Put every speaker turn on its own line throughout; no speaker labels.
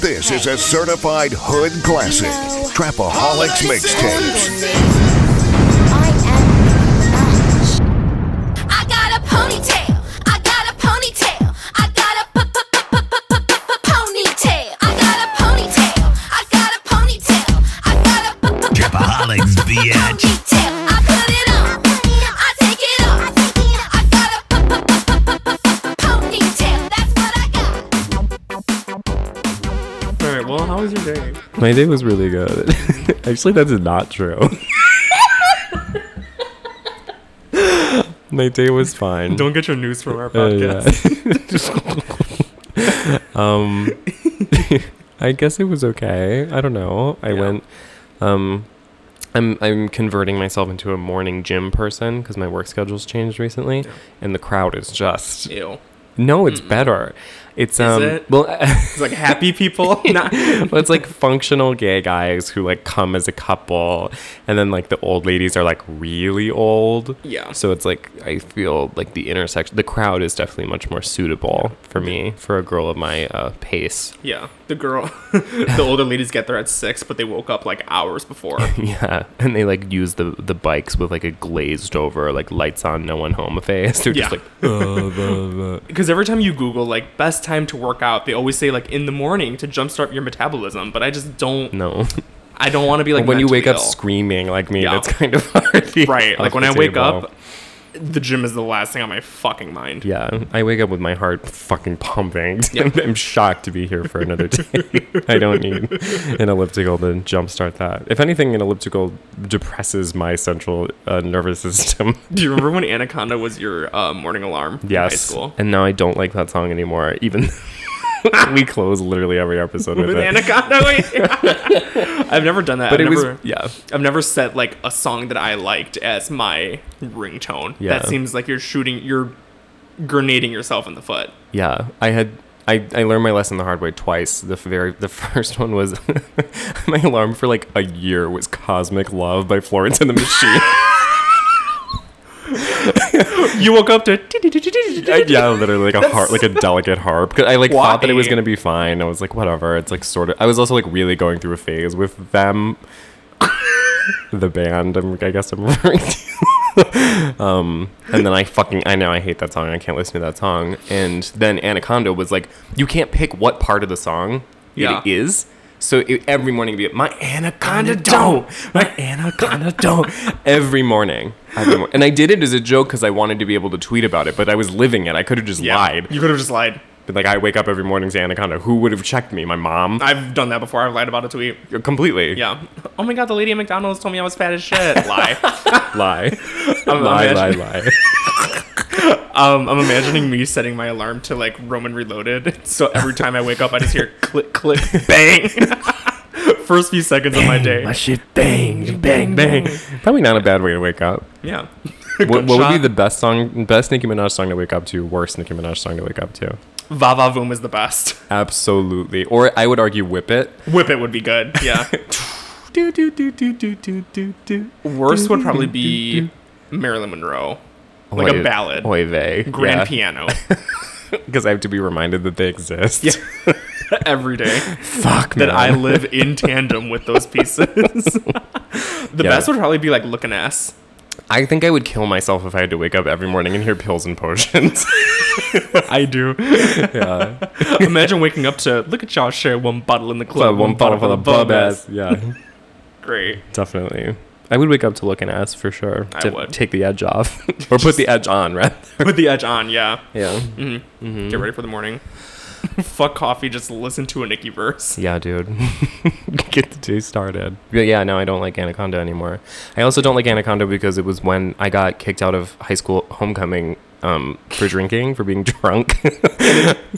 This is a certified hood classic. Trapaholics mixtapes.
I am I got a ponytail. I got a ponytail. I got a p- p- p- p- p- p- p- ponytail. I got a ponytail. I got a ponytail. I got a p- p-
Trapaholics, bitch.
ponytail. I put it on. I take it off. I got a p- p- p- p- p- p- ponytail. That's what I got.
All right. Well, how was your day?
My day was really good. Actually, that's not true. My day was fine.
Don't get your news from our
Uh,
podcast.
yeah. um, I guess it was okay. I don't know. I
Yeah.
went. Um, I'm I'm converting myself into a morning gym person because my work schedule's changed recently, and the crowd is just
Ew.
no. It's better. It's um.
Mm-hmm. it?
Well,
It's like happy people. Not.
well, it's like functional gay guys who like come as a couple, and then like the old ladies are like really old.
Yeah.
So it's like I feel like the intersection, the crowd is definitely much more suitable for me for a girl of my uh, pace.
Yeah. The girl. the older ladies get there at six, but they woke up like hours before.
Yeah, and they like use the the bikes with like a glazed over like lights on, no one home face. They're
Yeah.
just like. "Uh, blah, blah."
Because every time you Google like best time to work out, they always say like in the morning to jumpstart your metabolism. But I just don't.
No,
I don't want to be like
when you wake up
mentally ill.
screaming like me,
Yeah.
that's kind of hard.
right. Like
Off
when
the
I wake
table.
up, the gym is the last thing on my fucking mind.
Yeah, I wake up with my heart fucking pumping. I'm, I'm shocked to be here for another day. I don't need an elliptical to jumpstart that. If anything, an elliptical depresses my central uh, nervous system.
Do you remember when Anaconda was your uh, morning alarm? in
yes.
High school.
And now I don't like that song anymore, even we close literally every episode with,
With
it.
Anaconda. wait. I've never done that.
but
I've
it was,
never-
yeah.
I've never set like a song that I liked as my ringtone.
Yeah.
That seems like you're shooting, you're grenading yourself in the foot.
Yeah, I had I, I learned my lesson the hard way twice. The very the first one was my alarm for like a year was "Cosmic Love" by Florence and the Machine.
You woke up to
I- yeah, literally like a harp, like a delicate harp. 'Cause I like thought that it was
Why?
gonna be fine. I was like, whatever. It's like sort of. I was also like really going through a phase with them, the band. I'm, I guess I'm referring to. um, and then I fucking I know I hate that song. I can't listen to that song. And then Anaconda was like, you can't pick what part of the song
Yeah.
it is. So it, every morning it'd be my anaconda don't, my anaconda don't. Every morning, every mor- and I did it as a joke because I wanted to be able to tweet about it, but I was living it. I could have just
Yeah.
lied.
You could have just lied.
But like I wake up every morning to anaconda. Who would have checked me? My mom.
I've done that before. I've lied about a tweet.
Completely.
Yeah. Oh my god, the lady at McDonald's told me I was fat as shit. Lie.
Lie.
I'm
lie. Lie.
imagining-
Lie.
Um, I'm imagining me setting my alarm to like Roman Reloaded. So every time I wake up, I just hear click, click, bang. First few seconds of my day.
shit bang bang bang. Probably not a bad way to wake up.
Yeah.
What, what would be
Gunshot.
the best song? Best Nicki Minaj song to wake up to? Worst Nicki Minaj song to wake up to?
Va Va Voom is the best.
Absolutely. Or I would argue Whip It.
Whip it would be good. Yeah.
Do do do do do do do do.
Worst would probably be Marilyn Monroe. Like a ballad.
Oy vey.
Grand piano.
Because I have to be reminded that they exist.
Yeah. Every day.
Fuck
That
man.
I live in tandem with those pieces. the
Yeah.
best would probably be like Lookin' Ass.
I think I would kill myself if I had to wake up every morning and hear pills and potions.
I do.
yeah.
Imagine waking up to look at y'all share one bottle in the club,
one bottle for the bub ass. Yeah.
Great.
Definitely. I would wake up to looking ass for sure.
I
to
would.
take the edge off, or put the edge on, rather.
Put the edge on, yeah.
Yeah. Mm.
Get ready for the morning. Fuck coffee, just listen to a Nicki verse.
Yeah, dude. Get the day started. But yeah, no, I don't like Anaconda anymore. I also don't like Anaconda because it was when I got kicked out of high school homecoming um, for drinking, for being drunk.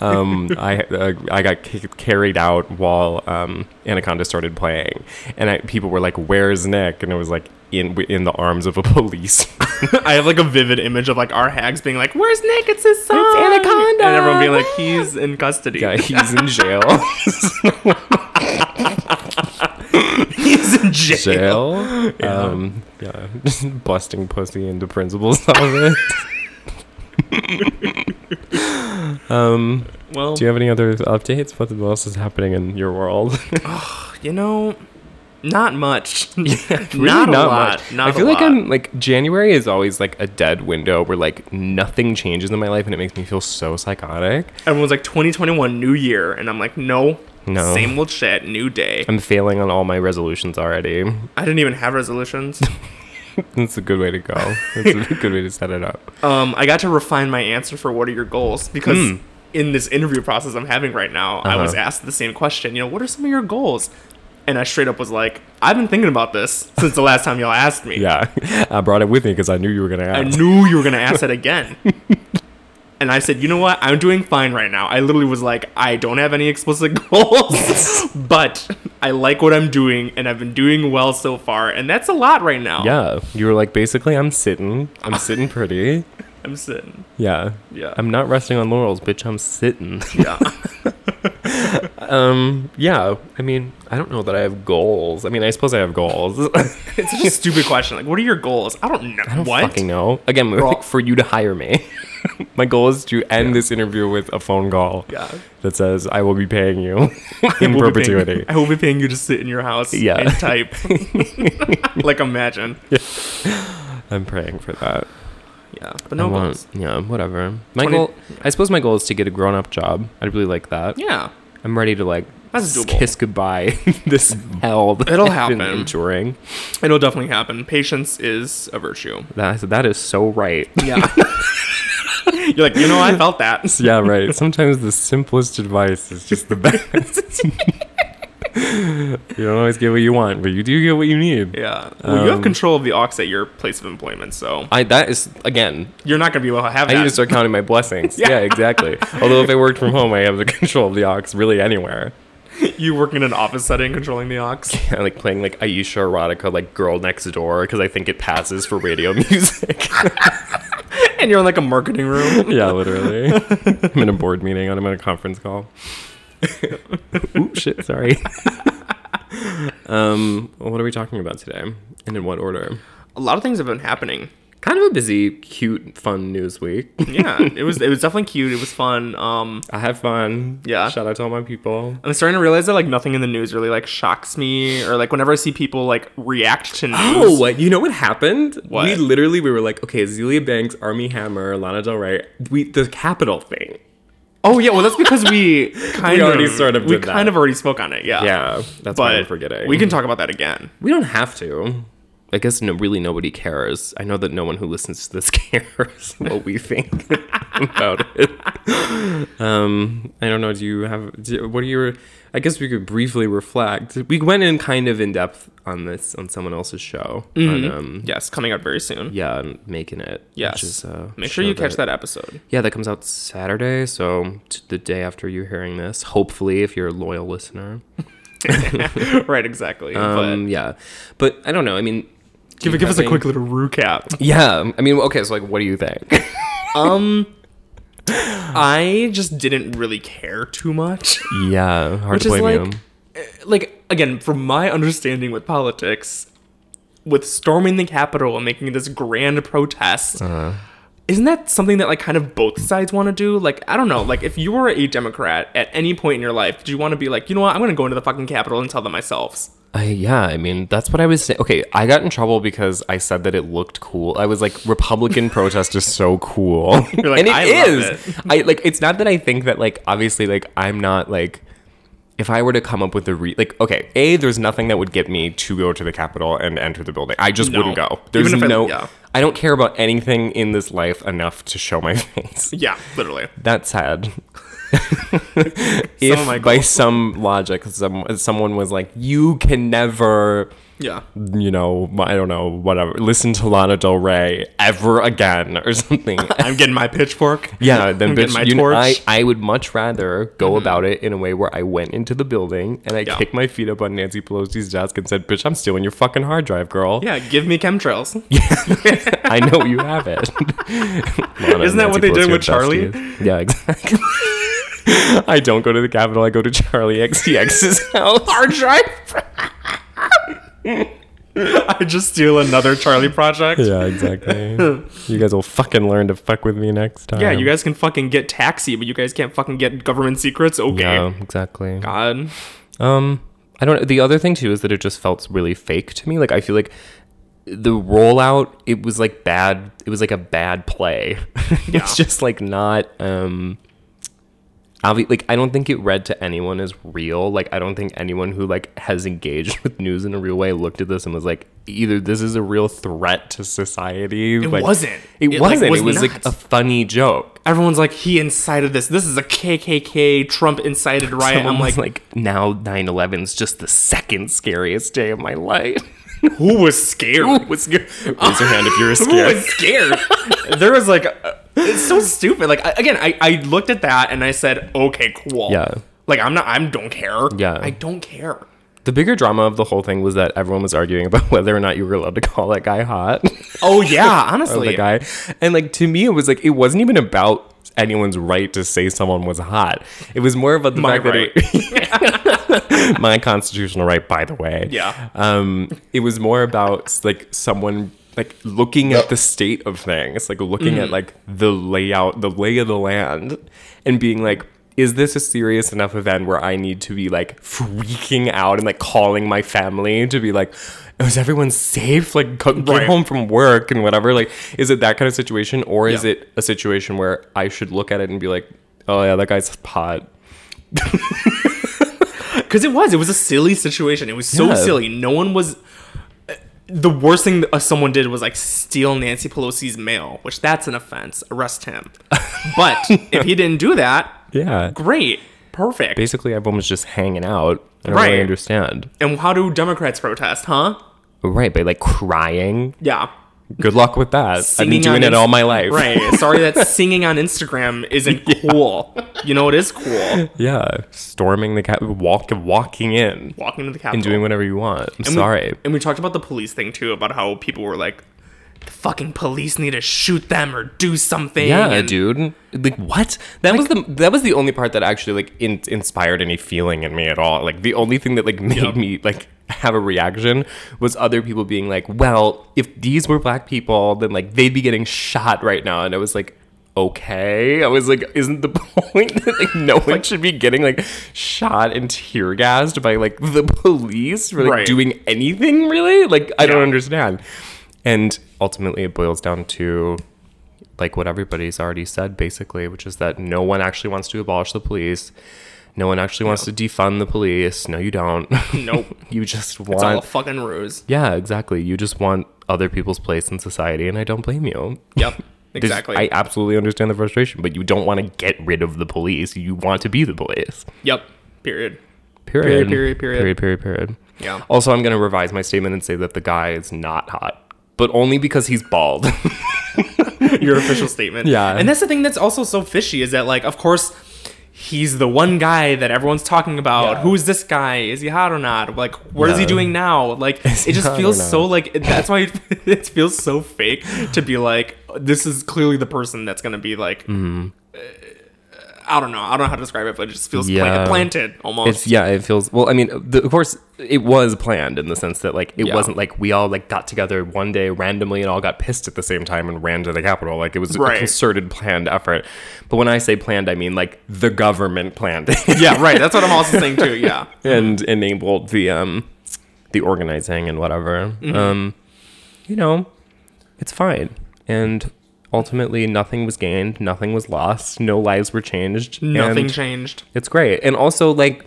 um, I uh, I got ki- carried out while um, Anaconda started playing, and I, people were like, "Where's Nick?" And it was like in in the arms of a police.
I have like a vivid image of like our hags being like, Where's Nick? It's his son.
Anaconda.
And everyone being like, He's in custody.
Um, yeah, he's in jail.
He's in jail.
jail. Um, yeah, just busting pussy into principal's office. um,
Well,
Do you have any other updates? What else is happening in your world?
you know, not much.
Really
not, a lot. Not
I feel
a
like
lot.
I'm like January is always like a dead window where like nothing changes in my life and it makes me feel so psychotic.
Everyone's like 2021, new year, and I'm like, no,
No.
same old shit, new day.
I'm failing on all my resolutions already.
I didn't even have resolutions.
That's a good way to go. That's a good way to set it up.
um, I got to refine my answer for what are your goals because in this interview process I'm having right now, I was
Hmm. Uh-huh.
asked the same question. You know, what are some of your goals? And I straight up was like, I've been thinking about this since the last time y'all asked me.
Yeah, I brought it with me because I knew you were gonna ask.
I knew you were gonna ask that again. and I said, you know what? I'm doing fine right now. I literally was like, I don't have any explicit goals, but I like what I'm doing, and I've been doing well so far, and that's a lot right now.
Yeah, you were like basically, I'm sitting. I'm sitting pretty.
I'm sitting.
Yeah.
Yeah.
I'm not resting on laurels, bitch. I'm sitting.
Yeah.
Um. Yeah. I mean, I don't know that I have goals. I mean, I suppose I have goals.
it's such a stupid question. Like, what are your goals? I don't know.
I don't
what?
fucking know. Again, we're, like, for you to hire me. My goal is to end this interview with a phone call
Yeah.
that says, "I will be paying you
I
in
will be paying-
perpetuity."
I will be paying you to sit in your house
Yeah.
and type. like, imagine.
I'm praying for that.
Yeah. But
I
no
want-
goals.
Yeah. Whatever. My
20
goal. I suppose my goal is to get a grown-up job. I'd really like that.
Yeah.
I'm ready to like
That's doable.
kiss goodbye this hell. that
It'll
I've been
happen.
Enduring.
It'll definitely happen. Patience is a virtue.
That, that is so right.
Yeah. You're like, you know, I felt that.
yeah, right. Sometimes the simplest advice is just the best. you don't always get what you want, but you do get what you need.
Yeah. Well, you have
Um,
control of the aux at your place of employment, so
I that is again.
you're not gonna be able to have
I
that.
need to start counting my blessings.
Yeah.
yeah. exactly. Although if I worked from home, I have the control of the ox really anywhere.
you work in an office setting, controlling the aux.
I like playing like Aisha Erotica, like Girl Next Door, because I think it passes for radio music.
and you're in like a marketing room.
yeah, literally. I'm in a board meeting. I'm in a conference call. Ooh, shit. Sorry. um, well, what are we talking about today, and in what order?
A lot of things have been happening.
Kind of a busy, cute, fun news week.
Yeah. It was it was definitely cute. It was fun. Um
I had fun.
Yeah.
Shout out to all my people.
I'm starting to realize that like nothing in the news really like shocks me or like whenever I see people like react to news.
Oh, what? You know what happened?
What?
We literally we were like, okay, Zelia Banks, Army Hammer, Lana Del Rey, we the Capital thing.
Oh, yeah, well that's because we kind of
already sort of
we
did that.
kind of already spoke on it, yeah.
Yeah, that's why
But
I'm forgetting.
we can talk about that again.
We don't have to. I guess no, really nobody cares. I know that no one who listens to this cares what we think about it. Um, I don't know. Do you have? Do, what are your? I guess we could briefly reflect. We went in kind of in depth on this on someone else's show. On, um,
Yes, coming up very soon.
yeah, on making it.
Mm-hmm.
which
Yes.
is a
Make uh, sure
show
you catch that episode.
Yeah, that comes out Saturday, so t- the day after you hearing this, hopefully, if you're a loyal listener.
right, exactly.
Um, yeah, but I don't know. I mean,
but give, give us a quick little recap.
Yeah, I mean, okay. So, like, what do you think?
Um, I just didn't really care too much.
yeah, hard
Which is like, uh, like again, from my understanding with politics, with storming the Capitol and making this grand protest. Isn't that something that like kind of both sides want to do? Like I don't know. Like if you were a Democrat at any point in your life, did you want to be like, you know what, I'm gonna go into the fucking Capitol and tell them myself?
I, yeah, I mean, that's what I was saying. Okay, I got in trouble because I said that it looked cool. I was like, Republican protest is so cool,
like,
and it
"I love
is. I like. It's not that I think that like obviously like I'm not like. If I were to come up with a re like, okay, a there's nothing that would get me to go to the Capitol and enter the building. I just
No.
wouldn't go. There's
Even if I-
no. I,
yeah.
don't care about anything in this life enough to show my face.
Yeah, literally.
That's sad.
of my
if by some logic, some, someone was like, you can never,
Yeah.
you know, I don't know, whatever, listen to Lana Del Rey ever again or something.
I'm getting my pitchfork.
yeah, then
I'm getting my
bitch, you know,
torch. Mm-hmm.
I, I would much rather go about it in a way where I went into the building and I
Yeah.
kicked my feet up on Nancy Pelosi's desk and said, bitch, I'm stealing your fucking hard drive, girl.
yeah, give me chemtrails.
I know you have it. Lana
Isn't
and
that what
Nancy
they did
Pelosi
with
are
Charlie?
besties. Yeah, exactly. I don't go to the Capitol. I go to Charlie XCX's house.
Hard drive. I just steal another Charlie project. Yeah.
Yeah, exactly. you guys will fucking learn to fuck with me next time.
you guys can fucking get taxi, but you guys can't fucking get government secrets. Okay.
Yeah, exactly.
God.
Um, I don't. The other thing too is that it just felt really fake to me. Like I feel like the rollout, it was like bad. It was like a bad play. it's just like not. Um, obvi- like I don't think it read to anyone as real. Like I don't think anyone who like has engaged with news in a real way looked at this and was like, either this is a real threat to society. It
wasn't.
It,
It, like,
wasn't.
was
it was like
not.
a funny joke.
Everyone's like, he incited this. This is a KKK Trump incited riot.
Someone
I'm
was
like,
like now 9-11 is just the second scariest day of my life.
who was scared?
Ooh, was scared. Raise your hand if you're
Who
scared.
was scared? there was like, uh, it's so stupid. Like I, again, I, I looked at that and I said, okay, cool.
Yeah.
Like I'm not. I'm don't care.
Yeah.
I don't care.
the bigger drama of the whole thing was that everyone was arguing about whether or not you were allowed to call that guy hot.
Oh yeah,
or
honestly.
the guy. And like to me, it was like it wasn't even about anyone's right to say someone was hot. It was more about the
My
fact that it, my constitutional right, by the way.
Yeah.
Um, it was more about like someone like looking at the state of things, like looking
Mm.
at like the layout, the lay of the land, and being like. Is this a serious enough event where I need to be like freaking out and like calling my family to be like, is everyone safe? Like, co- get
Right.
home from work and whatever. Like, is it that kind of situation, or is
Yeah.
it a situation where I should look at it and be like, "Oh yeah, that guy's hot."
Because it was. It was a silly situation. It was so
Yeah.
silly. No one was. The worst thing that someone did was like steal Nancy Pelosi's mail, which that's an offense. Arrest him. But if he didn't do that,
Yeah.
great, perfect.
Basically, everyone was just hanging out. I don't
Right.
really understand.
And how do Democrats protest, huh?
Right, by like crying.
Yeah.
Good luck with that.
Singing
I've been
on
doing it
Inst-
all my life.
Right. Sorry that singing on Instagram isn't cool. You know it is cool.
yeah. Storming the cat, walk, walking in,
Walking to the Capitol.
and doing whatever you want. I'm
And we-
sorry.
and we talked about the police thing too, about how people were like, the fucking police need to shoot them or do something.
Yeah,
and-
dude. Like what? That was the that was the only part that actually like in, inspired any feeling in me at all. Like the only thing that like made me like have a reaction was other people being like, "Well, if these were black people, then like they'd be getting shot right now." And I was like, "Okay." I was like, "Isn't the point that like no one should be getting like shot and tear gassed by like the police for like
Right.
doing anything really?" Like I don't
Yeah.
understand. And ultimately, it boils down to like what everybody's already said basically, which is that no one actually wants to abolish the police. No one actually wants to defund the police. No, you don't.
Nope.
you just
It's all a
want.
fucking ruse.
yeah, exactly. You just want other people's place in society, and I don't blame you.
Yep.
This-
Exactly.
I absolutely understand the frustration, but you don't want to get rid of the police. You want to be the police.
yep. Period.
Period.
period, period.
Period, period, period.
Yeah.
Also, I'm going to revise my statement and say that the guy is not hot, but only because he's bald.
Your official statement.
Yeah.
And that's the thing that's also so fishy is that like, of course, he's the one guy that everyone's talking about.
Yeah.
Who's this guy? Is he hot or not? Like, what is he
Yeah.
doing now? Like,
he
it just
hot
feels
or not?
so like that's why it feels so fake to be like, this is clearly the person that's gonna be like.
Mm-hmm.
uh, I don't know. I don't know how to describe it, but it just feels pla-
Yeah.
planted almost.
It's yeah, it feels well. I mean, the, of course, it was planned in the sense that like it
Yeah.
wasn't like we all like got together one day randomly and all got pissed at the same time and ran to the Capitol. Like it was a
Right.
concerted, planned effort. But when I say planned, I mean like the government planned it
yeah, right. That's what I'm also saying too. Yeah.
and enabled the um the organizing and whatever.
Mm-hmm.
Um, you know, it's fine and. Ultimately, nothing was gained, nothing was lost, no lives were changed.
Nothing
and-
changed.
It's great. And also, like,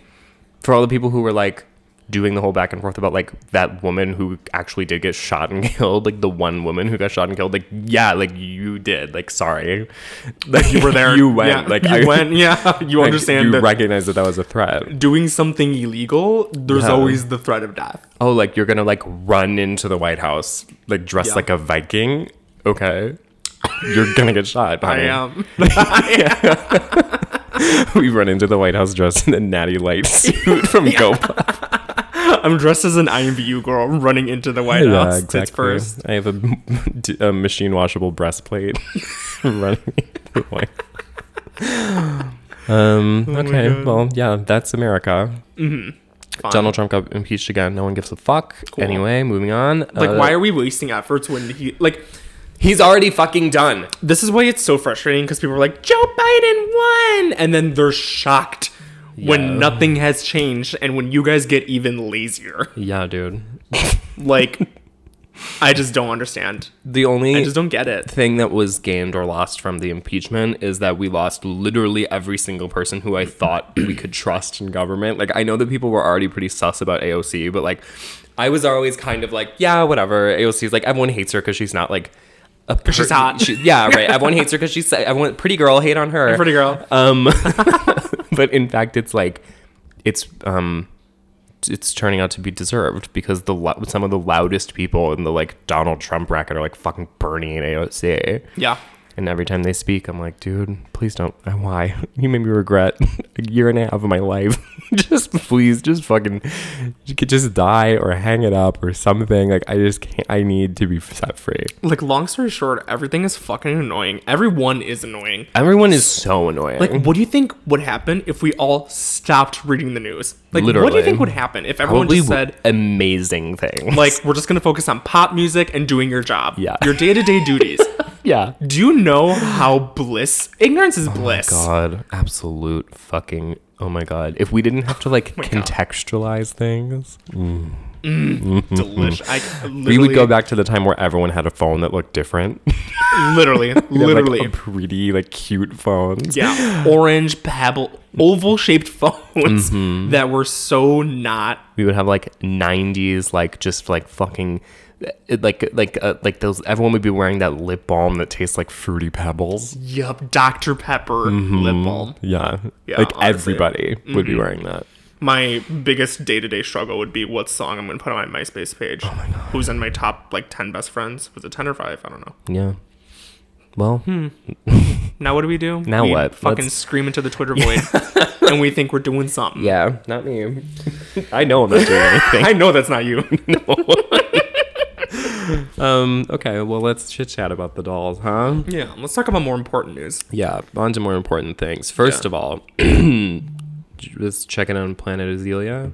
for all the people who were like doing the whole back and forth about like that woman who actually did get shot and killed, like the one woman who got shot and killed, like, yeah, like you did. Like, sorry. Like, you were there. you went.
Yeah,
Like,
you
I
went. Yeah, you
like,
understand
You
that
recognize that that was a threat.
doing something illegal, there's
Yeah.
always the threat of death.
Oh, like you're gonna like run into the White House, like dressed
Yeah.
like a Viking. Okay. You're gonna get shot.
I
honey.
am.
We run into the White House dressed in a natty light suit from GoPro.
I'm dressed as an IMVU girl running into the White House. It's first.
I have a, d- a machine washable breastplate running. the way.
Oh
um. okay. Well, yeah. That's America.
fine.
Donald Trump got impeached again. No one gives a fuck. Anyway, moving on. Uh,
Like, why are we wasting efforts when he like?
he's already fucking done?
This is why it's so frustrating because people are like, Joe Biden won, and then they're shocked
Yeah.
when nothing has changed and when you guys get even lazier.
Yeah, dude.
Like, I just don't understand.
The
I
only
just don't get it.
thing that was gained or lost from the impeachment is that we lost literally every single person who I thought we could trust in government. Like I know that people were already pretty sus about AOC, but like I was always kind of like, yeah, whatever. AOC's like everyone hates her because she's not like a per-
she's hot.
she- yeah, right. Everyone hates her because she's everyone pretty girl hate on her.
Pretty girl.
Um, but in fact, it's like it's um, it's turning out to be deserved because the lo- some of the loudest people in the like Donald Trump racket are like fucking Bernie and AOC.
yeah.
And every time they speak, I'm like, dude, please don't. uh, Why? You made me regret a year and a half of my life. just please, just fucking, you could just die or hang it up or something. Like, I just can't, I need to be set free.
Like, long story short, everything is fucking annoying. Everyone is annoying.
Everyone is so annoying.
Like, what do you think would happen if we all stopped reading the news? Like, what do
Literally.
you think would happen if everyone just said,
amazing things.
like, we're just gonna focus on pop music and doing your job,
Yeah.
your day to day duties?
yeah.
Do you know how bliss? Ignorance is bliss.
Oh God, absolute fucking. Oh my god! If we didn't have to like
God.
contextualize things,
Delish. I literally,
we would go back to the time where everyone had a phone that looked different.
Literally,
They had, like, um,
literally.
a pretty like cute phones.
yeah, orange pebble, oval-shaped phones
Mm-hmm.
that were so not
we would have like 90s like just like fucking it- like like uh, like those everyone would be wearing that lip balm that tastes like fruity pebbles
yup Dr Pepper
Mm-hmm.
lip balm.
yeah, Mm-hmm.
Yeah,
like
honestly.
everybody would be wearing that
my biggest day-to-day struggle would be what song I'm going to put on my MySpace page. Oh my god. Who's in my top like 10 best friends? Was it 10 or 5? I don't know.
yeah well
Now what do we do?
Now
We
what?
Fucking
Let's-
scream into the Twitter void and we think we're doing something.
yeah not me i know i'm not doing anything
I know that's not you.
um okay well let's chit chat about the dolls huh
yeah, let's talk about more important news.
yeah on to more important things first
Yeah.
of all let's check in on planet azealia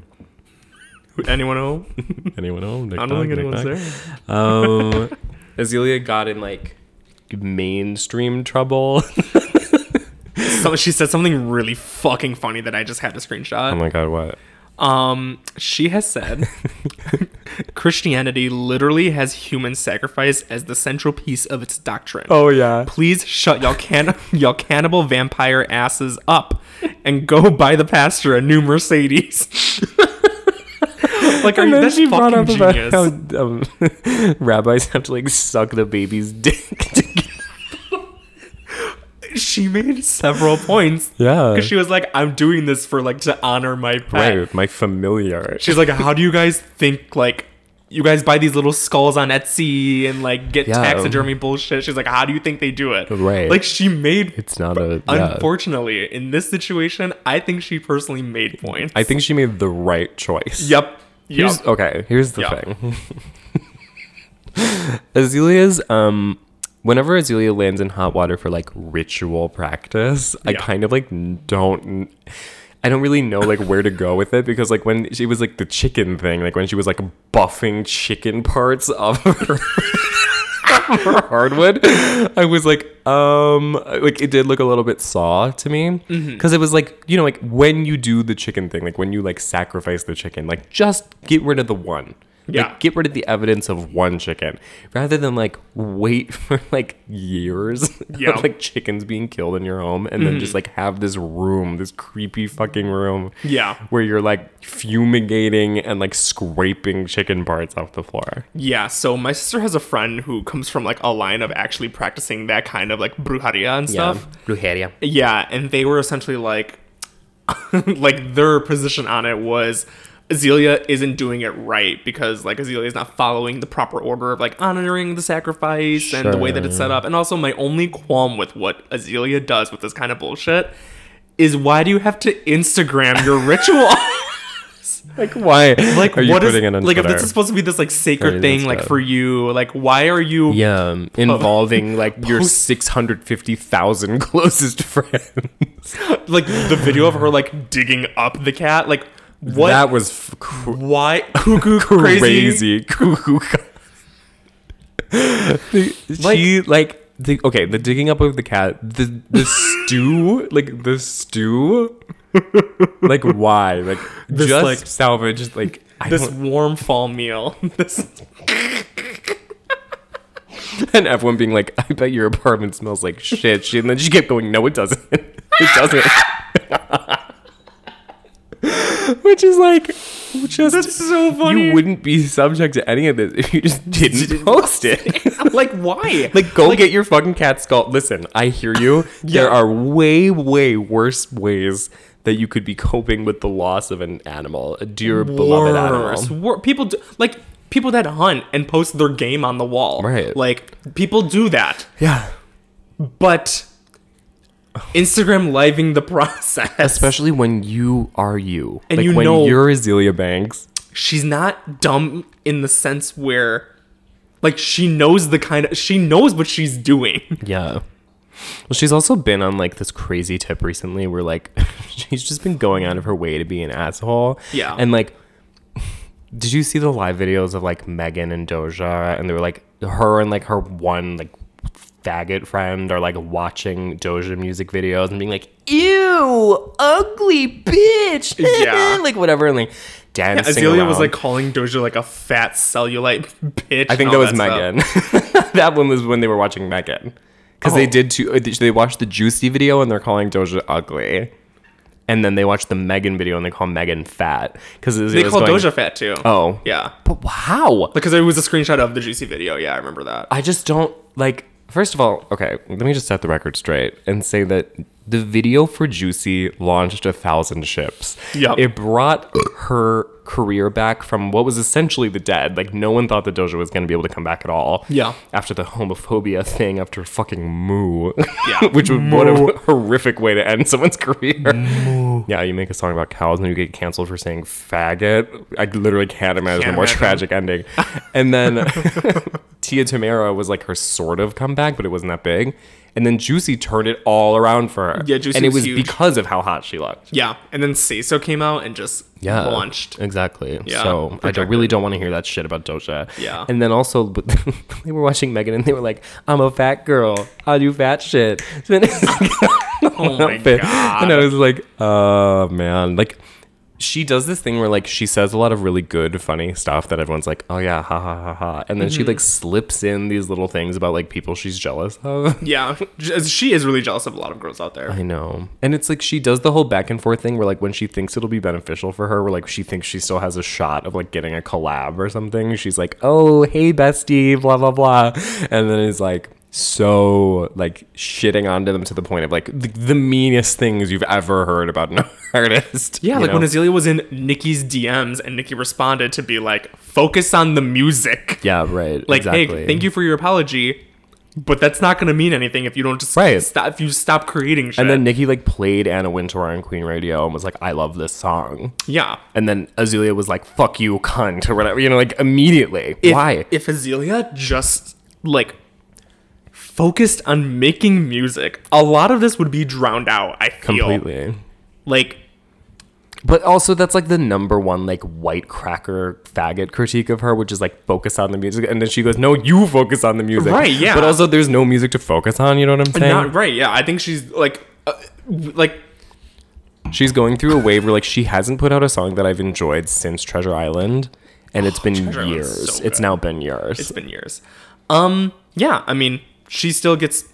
Anyone know?
anyone home
I don't think anyone's there.
Um, Azealia got in like mainstream trouble.
So she said something really fucking funny that I just had to screenshot.
Oh my god, what?
Um, she has said Christianity literally has human sacrifice as the central piece of its doctrine.
Oh yeah.
Please shut y'all can y'all cannibal vampire asses up and go buy the pastor a new Mercedes. like are you,
And then
that's
she brought
fucking
up
genius.
about how um, rabbis have to like suck the baby's dick. To get-
she made several points.
yeah.
Because she was like, I'm doing this for like to honor my pet.
my familiar.
She's like, how do you guys think like you guys buy these little skulls on Etsy and like get
Yeah.
taxidermy bullshit? She's like, how do you think they do it?
Right.
Like she made
It's not a. yeah.
unfortunately in this situation, I think she personally made points.
I think she made the right choice.
Yep.
Here's
Yep.
okay. Here's the
Yeah.
thing. Azelia's um, whenever Azelia lands in hot water for like ritual practice, I
Yeah.
kind of like don't. I don't really know like where to go with it because like when she was like the chicken thing, like when she was like buffing chicken parts off of her, of her hardwood, I was like, um, like it did look a little bit saw to me because
Mm-hmm.
it was like you know like when you do the chicken thing, like when you like sacrifice the chicken, like just get rid of the one.
Yeah.
Like, get rid of the evidence of one chicken rather than like wait for like years
Yeah. Mm-hmm.
of like chickens being killed in your home and then just like have this room, this creepy fucking room.
Yeah.
Where you're like fumigating and like scraping chicken parts off the floor.
Yeah, so my sister has a friend who comes from like a line of actually practicing that kind of like brujeria and stuff.
Brujeria.
Yeah, and they were essentially like, like their position on it was Azealia isn't doing it right because like Azealia is not following the proper order of like honoring the sacrifice and the way that it's set up. And also, my only qualm with what Azealia does with this kind of bullshit is why do you have to Instagram your ritual?
Like why?
like
are
what
you
is
putting it on
like if
Twitter?
this is supposed to be this like sacred
Alright,
thing
that's
like
bad.
for you like why are you
yeah, um, involving like your 650,000 closest friends.
like the video of her like digging up the cat like What?
That was f- cr-
why cuckoo crazy.
crazy. Cuckoo. she like the okay the digging up of the cat the the stew like the stew like why like
This,
just
like-
salvage like I
This
don't,
warm fall meal. This
and everyone being like I bet your apartment smells like shit she, and then she kept going no it doesn't it doesn't which is like just
That's so funny.
you wouldn't be subject to any of this if you just didn't post it
like why?
Like, go get your fucking cat skull. Listen, I hear you. There
Yeah.
are way, way worse ways that you could be coping with the loss of an animal, a dear beloved
worse.
animal.
Wor- people do, like people that hunt and post their game on the wall.
Right.
Like people do that,
Yeah.
but Instagram living the process.
Especially when you are you.
And
like
you
when
know-
you're Azealia Banks.
she's not dumb in the sense where like she knows the kind of she knows what she's doing.
Yeah. Well, she's also been on like this crazy tip recently where like she's just been going out of her way to be an asshole.
Yeah.
And like, did you see the live videos of like Megan and Doja? And they were like, her and like her one like faggot friend are like watching Doja music videos and being like, ew, ugly bitch.
Yeah.
like whatever. And like dancing.
Azealia was
around.
like calling Doja like a fat cellulite bitch.
I think that was Megan. that one was when they were watching Megan. Because they
Oh.
did too. uh, They watched the Juicy video and they're calling Doja ugly. And then they watched the Megan video and they call Megan fat. Because
They called Doja fat too.
Oh.
yeah,
But how?
because there was a screenshot of the Juicy video. Yeah, I remember that.
I just don't like. First of all, okay, let me just set the record straight and say that the video for Juicy launched a thousand ships.
Yep.
It brought her career back from what was essentially the dead. Like, no one thought that Doja was going to be able to come back at all.
Yeah.
After the homophobia thing, after fucking Moo.
Yeah.
Which would what a horrific way to end someone's career. Yeah, you make a song about cows and you get canceled for saying faggot. I literally can't imagine a
Can't
more
imagine.
tragic ending. And then. Tia Tamera was like her sort of comeback, but it wasn't that big. And then Juicy turned it all around for her.
Yeah, Juicy
and it
was
was
huge.
because of how hot she looked.
Yeah, and then Say So came out and just launched.
exactly.
Yeah,
so I don't,
projected.
really don't want to hear that shit about Doja.
Yeah.
and then also but they were watching Megan and they were like, "I'm a fat girl. I do fat shit." So then it's like,
Oh my
outfit.
god!
And I was like, oh man. Like she does this thing where like she says a lot of really good, funny stuff that everyone's like, oh yeah, ha ha ha ha. And then she
Mm-hmm.
like slips in these little things about like people she's jealous of.
Yeah, j- she is really jealous of a lot of girls out there.
I know. And it's like she does the whole back and forth thing where like when she thinks it'll be beneficial for her, where like she thinks she still has a shot of like getting a collab or something, she's like, Oh, hey bestie, blah blah blah. And then it's like so like shitting onto them to the point of like the, the meanest things you've ever heard about an artist.
yeah,
you
like when
know?
Azealia was in Nikki's DMs and Nikki responded to be like, "Focus on the music."
Yeah, right.
like,
exactly.
hey, thank you for your apology, but that's not gonna mean anything if you don't just
Right.
stop if you stop creating shit.
And then Nikki like played Anna Wintour on Queen Radio and was like, I love this song.
yeah,
And then Azealia was like, fuck you, cunt, or whatever, you know, like immediately.
If-
Why?
If Azealia just like focused on making music, a lot of this would be drowned out. I feel
Completely.
like
But also, that's like the number one like white cracker faggot critique of her, which is like focus on the music, and then she goes, "No, you focus on the music."
Right, yeah.
But also, there's no music to focus on. You know what I'm saying?
not right. Yeah, I think she's like, uh, like
She's going through a wave where like she hasn't put out a song that I've enjoyed since Treasure Island, and it's been
Oh, Treasure Island's
years.
so
it's
good.
now been years.
it's been years. Um, yeah, I mean, she still gets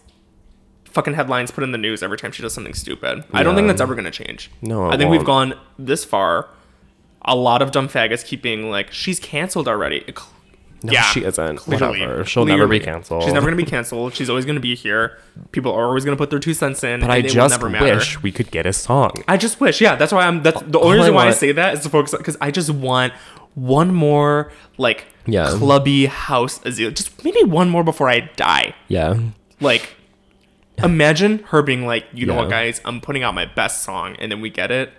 fucking headlines put in the news every time she does something stupid. I don't think
Yeah.
that's ever gonna change.
No, it
I think we've
won't.
gone this far. A lot of dumb faggots keep being like, she's canceled already. Cl-
No, she isn't. Whatever. She'll never be canceled.
She's never gonna be canceled. She's always gonna be here. People are always gonna put their two cents in.
but
and
I
it will
just
never matter.
wish we could get a song.
I just wish. Yeah, that's why I'm. That's the only
all I
reason why I
want-
say that is to focus on because I just want one more like
Yeah.
clubby house Azealia. Just maybe one more before I die.
Yeah.
Like, imagine her being like, you know what,
Yeah.
guys, I'm putting out my best song, and then we get it.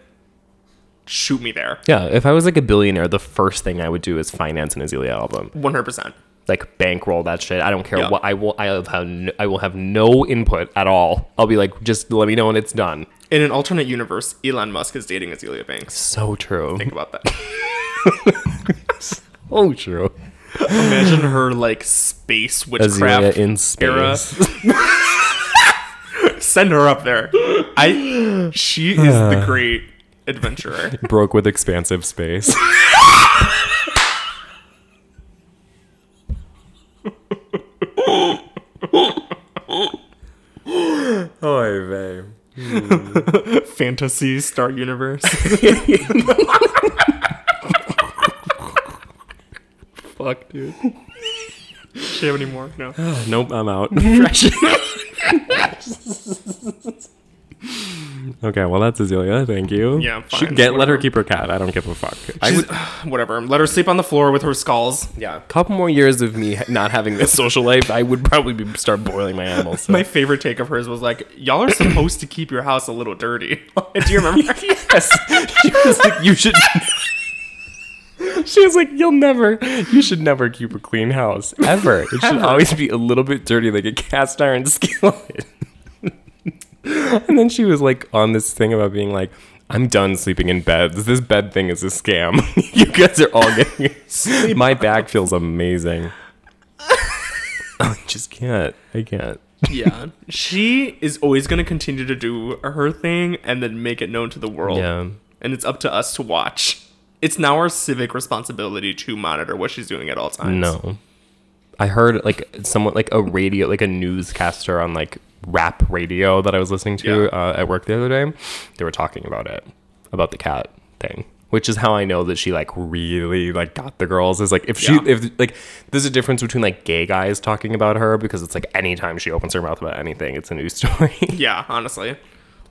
Shoot me there,
Yeah. If I was like a billionaire, the first thing I would do is finance an Azealia album.
one hundred percent.
like bankroll that shit. I don't care
Yeah.
what I will. I have no, I will have no input at all. I'll be like, just let me know when it's done.
In an alternate universe, Elon Musk is dating Azealia Banks.
So true.
Think about that.
So oh, true.
Imagine her like space
Azealia
witchcraft
in
era.
space.
Send her up there. I. She is the great adventurer.
Broke with expansive space. Oy vey.
Fantasy Star Universe. Fuck, dude. Do you have any more? No.
Nope, I'm out. okay, well that's Azealia. Thank you.
Yeah,
She
fine,
get let her
whatever.
keep her cat. I don't give a fuck. I
She's- whatever. Let her sleep on the floor with her skulls.
yeah, a couple more years of me ha- not having this social life, I would probably be, start boiling my animals.
My favorite take of hers was like, "Y'all are supposed to keep your house a little dirty." Do you remember?
yes. She was like, you should. She was like, you'll never, you should never keep a clean house ever. It should always be a little bit dirty, like a cast iron skillet. and then she was like on this thing about being like, I'm done sleeping in beds. This bed thing is a scam. you guys are all getting. My back feels amazing. I just can't. I can't.
yeah. She is always going to continue to do her thing and then make it known to the world.
Yeah.
And it's up to us to watch. It's now our civic responsibility to monitor what she's doing at all times.
No. I heard like someone like a radio like a newscaster on like rap radio that I was listening to
Yeah.
uh, at work the other day. They were talking about it about the cat thing, which is how I know that she like really like got the girls is like if she
Yeah.
if like there's a difference between like gay guys talking about her because it's like anytime she opens her mouth about anything, it's a news story.
Yeah, honestly.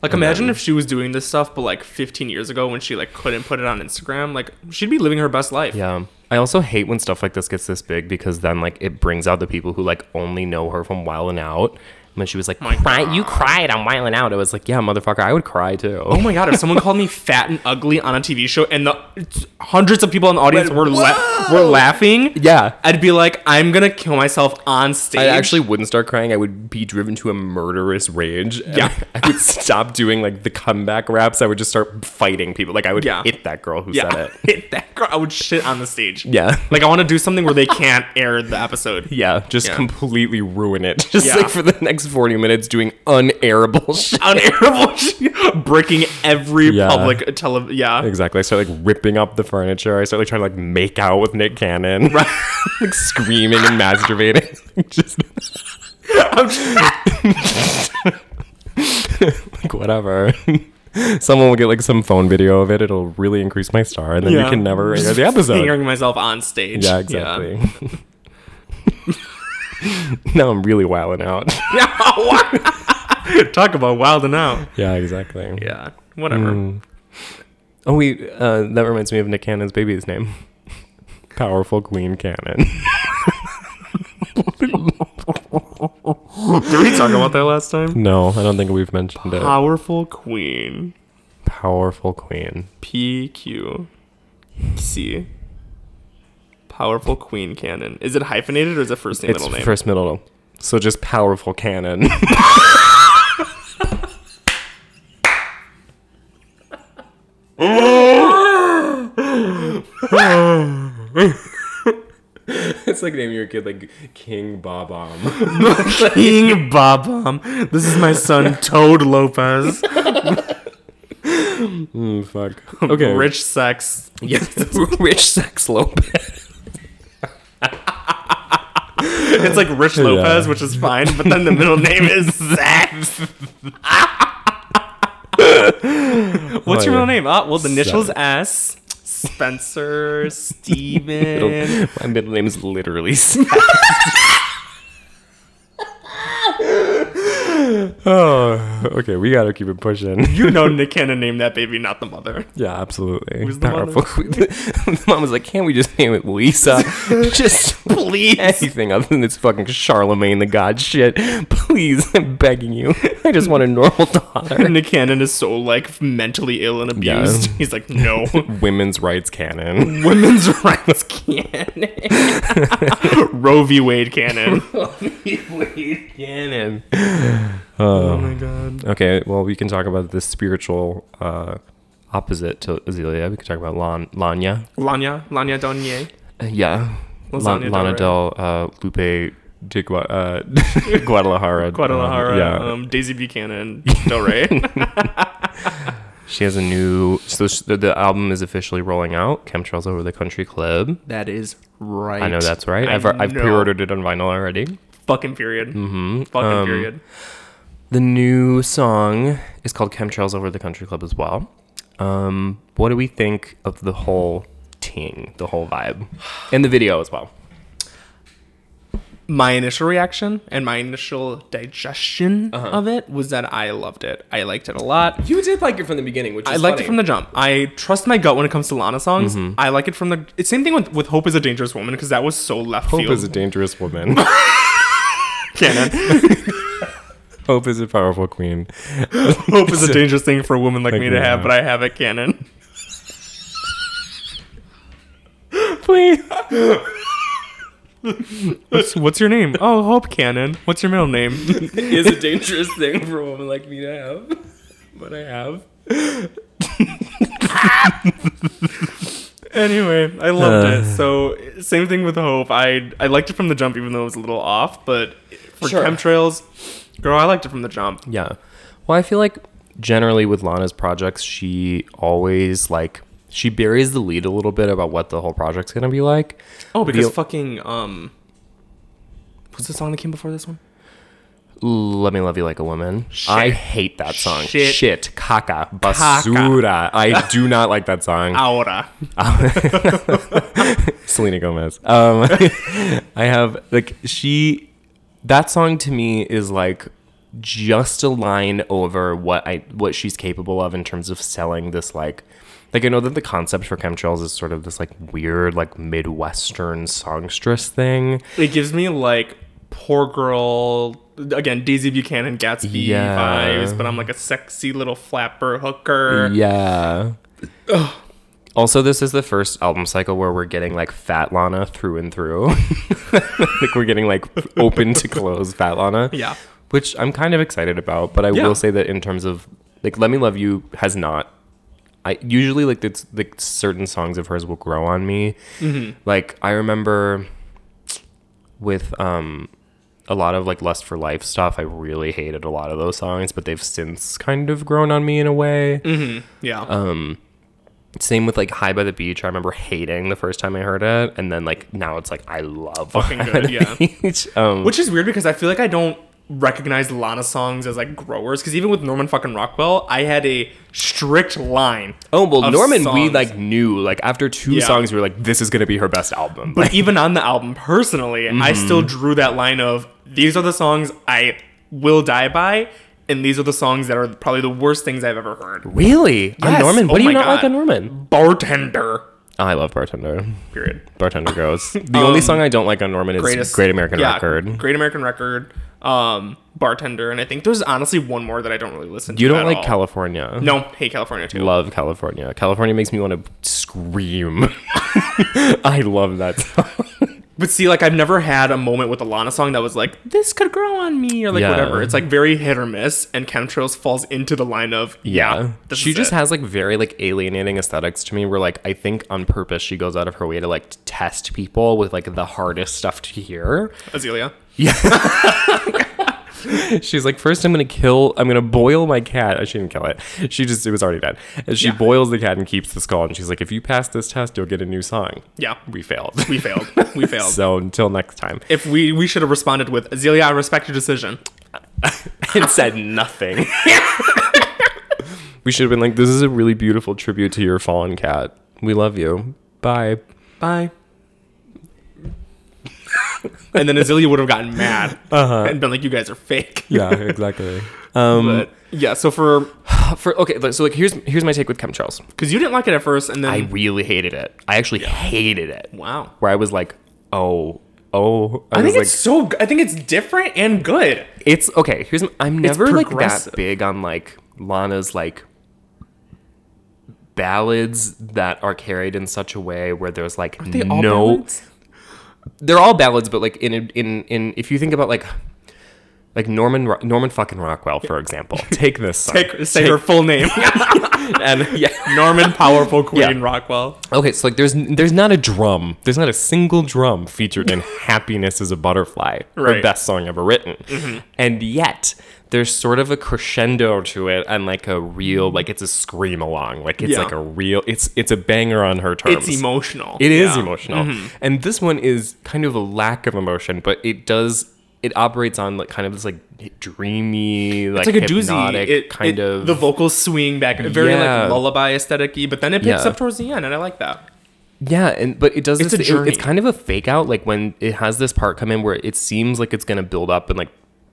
Like imagine if she was doing this stuff but like 15 years ago when she like couldn't put it on Instagram, like she'd be living her best life.
Yeah. I also hate when stuff like this gets this big because then like it brings out the people who like only know her from Wild and Out. When she was like, cry, you cried on Wild and Out. I was like, yeah, motherfucker, I would cry too.
Oh my god, if someone called me fat and ugly on a TV show and the it's- hundreds of people in the audience were la- were laughing,
Yeah.
I'd be like, I'm gonna kill myself on stage.
I actually wouldn't start crying. I would be driven to a murderous rage. and
Yeah.
I would stop doing like the comeback raps. I would just start fighting people. Like I would
Yeah.
hit that girl who
yeah,
said it.
hit that girl. I would shit on the stage.
Yeah.
like I want to do something where they can't air the episode.
Yeah, just
Yeah.
completely ruin it. Just
Yeah.
like for the next 40 minutes doing unairable shit.
Unairable, shit, breaking every
Yeah.
public tele. Yeah,
Exactly. I start like ripping up the furniture. I start like trying to like make out with Nick Cannon. like screaming and masturbating. just
I'm just-
like whatever. Someone will get like some phone video of it. It'll really increase my star, and then
Yeah.
you can never air the episode.
fingering myself on stage.
Yeah, exactly. now I'm really wilding out.
Talk about wilding out. Mm.
yeah, exactly.
Yeah, whatever.
Oh, wait. Uh, that reminds me of Nick Cannon's baby's name. Powerful Queen Cannon.
Did we talk about that last time?
no, I don't think we've mentioned it.
Powerful Queen.
Powerful Queen.
PQC. Powerful Queen Cannon. Is it hyphenated or is it first name,
It's
middle name?
first middle. So just powerful cannon. it's like naming your kid like King Bob-omb.
King Bob This is my son Toad Lopez.
Mm, fuck. Okay.
Rich sex.
Yes. Rich sex Lopez.
It's like Rich Lopez,
Yeah.
which is fine, but then the middle name is Sex. What's
Oh,
your
yeah.
middle name? Ah, well, the initials
Sex.
S. Spencer Steven.
My middle name is literally. Sex. oh. okay, we gotta keep it pushing.
You know Nick Cannon named that baby, not the mother.
Yeah, absolutely.
Who's the mother?
the mom was like, "Can't we just name it Lisa? just please, anything other than this fucking Charlemagne the God shit. Please, I'm begging you. I just want a normal daughter."
Nick Cannon is so like mentally ill and abused.
Yeah.
He's like, no.
Women's rights canon.
Women's rights canon. Roe v. Wade canon.
Oh canon.
Oh my god.
Okay, well, we can talk about the spiritual uh, opposite to Azealia. We can talk about Lan- Lanya.
Lanya, Lanya Donier.
Uh, yeah. Lan-
Lasagna
Lana Del uh, Lupe de Gua- uh, Guadalajara.
Guadalajara,
Um, yeah.
um, Daisy Buchanan, Del Rey.
she has a new. So sh- the, the album is officially rolling out Chemtrails Over the Country Club.
that is right.
I know that's right.
I
I've, I've
know.
pre ordered it on vinyl already.
Fucking period. Mm-hmm. Fucking
Um,
period.
The new song is called Chemtrails Over the Country Club as well. Um, what do we think of the whole ting, the whole vibe, and the video as well?
my initial reaction and my initial digestion of it was that I loved it. I liked it a lot.
You did like it from the beginning, which
I liked it from the jump. I trust my gut when it comes to Lana songs.
Mm-hmm.
I like it from the it's same thing with, with Hope is a Dangerous Woman because that was so left
Hope
field.
is a dangerous woman.
canon.
Hope is a powerful queen.
Hope is a dangerous thing for a woman like,
Like
me to
me,
have,
yeah.
but I have it canon.
Please.
What's, what's your name? Oh, Hope Canon. What's your middle name?
is a dangerous thing for a woman like me to have, but I have.
anyway, I loved
Uh.
it. So same thing with Hope. I I liked it from the jump, even though it was a little off. But for
Sure.
chemtrails, girl, I liked it from the jump.
Yeah. Well, I feel like generally with Lana's projects, she always like she buries the lead a little bit about what the whole project's gonna be like.
Oh, because
Real-
fucking um, what's the song that came before this one?
Let me love you like a woman. I hate that song.
Shit.
Shit, caca, basura. I do not like that song.
Aura.
Selena Gomez. Um, I have like she. That song to me is like just a line over what I what she's capable of in terms of selling this like. Like I know that the concept for chemtrails is sort of this like weird like midwestern songstress thing.
It gives me like poor girl again Daisy Buchanan Gatsby
Yeah.
vibes, but I'm like a sexy little flapper hooker.
Yeah. Also, this is the first album cycle where we're getting like Fat Lana through and through. like we're getting like open to close Fat Lana.
Yeah.
Which I'm kind of excited about, but I
Yeah.
will say that in terms of like Let Me Love You has not. I usually like it's like certain songs of hers will grow on me.
Mm-hmm.
Like I remember with um a lot of like lust for life stuff. I really hated a lot of those songs, but they've since kind of grown on me in a way.
Yeah.
Um, Same with like High by the Beach. I remember hating the first time I heard it, and then like now it's like I love
Fucking
High
good,
by the
yeah.
Beach. Um,
Which is weird because I feel like I don't recognize Lana songs as like growers because even with Norman fucking Rockwell, I had a strict line.
oh well,
of
Norman, we
songs.
like knew like after two
Yeah.
songs, we were like, this is gonna be her best album.
But even on the album personally, I
Mm-hmm.
still drew that line of these are the songs I will die by, and these are the songs that are probably the worst things I've ever heard.
really, on
Yes.
Norman,
Oh
what do
my
you not
God.
like on Norman?
Bartender.
I love Bartender.
Period.
Bartender goes. The only song I don't like on Norman is
Um, Greatest
Great American
yeah,
Record.
Great American Record. Um, bartender, and I think there's honestly one more that I don't really listen to.
You don't
at
like
all.
California.
No, hate California too.
love California. California makes me want to scream. I love that song.
But see, like I've never had a moment with a Lana song that was like, "This could grow on me" or like
Yeah.
whatever. It's like very hit or miss, and Chemtrails falls into the line of
Yeah.
this
she
is
just
it."
has like very like alienating aesthetics to me where like I think on purpose she goes out of her way to like test people with like the hardest stuff to hear.
Azealia.
She's like, first I'm gonna kill I'm gonna boil my cat. She didn't kill it. She just it was already dead. And she
Yeah.
boils the cat and keeps the skull and she's like, if you pass this test, you'll get a new song.
Yeah,
We failed.
we failed. We failed.
so until next time.
If we we should have responded with Azealia, I respect your decision.
and said nothing. we should have been like, this is a really beautiful tribute to your fallen cat. We love you. Bye.
Bye. and then Azealia would have gotten mad
Uh-huh.
and been like, "You guys are fake."
yeah, exactly. Um,
but yeah. So for
For okay, like, so like here's here's my take with chemtrails.
because you didn't like it at first, and then
I really hated it. I actually hated it.
Mm. wow,
Where I was like, oh, oh.
I, think
was like,
it's so. g- I think it's different and good.
it's okay. Here's my- I'm never like that
progressive.
big on like Lana's like ballads that are carried in such a way where there's like
They all
no
balance.
they're all ballads, but like in in in if you think about like like Norman Ro- Norman fucking Rockwell, for example, take this son.
Take, say her full name,
and yeah.
Norman Powerful Queen
Yeah.
Rockwell.
Okay, so like there's there's not a drum, there's not a single drum featured in "Happiness Is a Butterfly,"
Right. Mm-hmm.
the best song ever written, and yet there's sort of a crescendo to it and like a real like it's a scream along, like it's
Yeah.
like a real it's it's a banger on her terms.
It's emotional.
It is
Yeah. Mm-hmm.
emotional. And this one is kind of a lack of emotion, but it does it operates on like kind of this like dreamy, like,
It's like a doozy.
hypnotic
It,
kind
it-
of
the vocals swinging back, very
Yeah.
like lullaby aesthetic y, but then it picks
Yeah.
up towards the end, and I like that.
Yeah, and but it does
It's
it's
a
it-
journey.
it's kind of a fake out like when it has this part come in where it seems like it's going to build up and like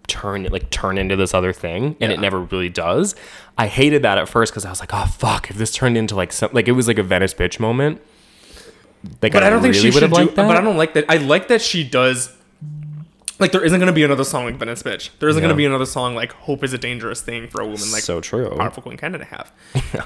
turn like turn into this other thing and it
Yeah.
never really does. I hated that at first cuz I was like, "Oh fuck, if this turned into like some like it was like a Venice bitch moment." Like,
But I don't think
really
she should
would've
do.
liked that.
But I don't like that. I like that she does. Like there isn't gonna be another song like Venice Bitch. There isn't
Yeah.
gonna be another song like Hope is a dangerous thing for a woman like
So true.
powerful Queen Canada have.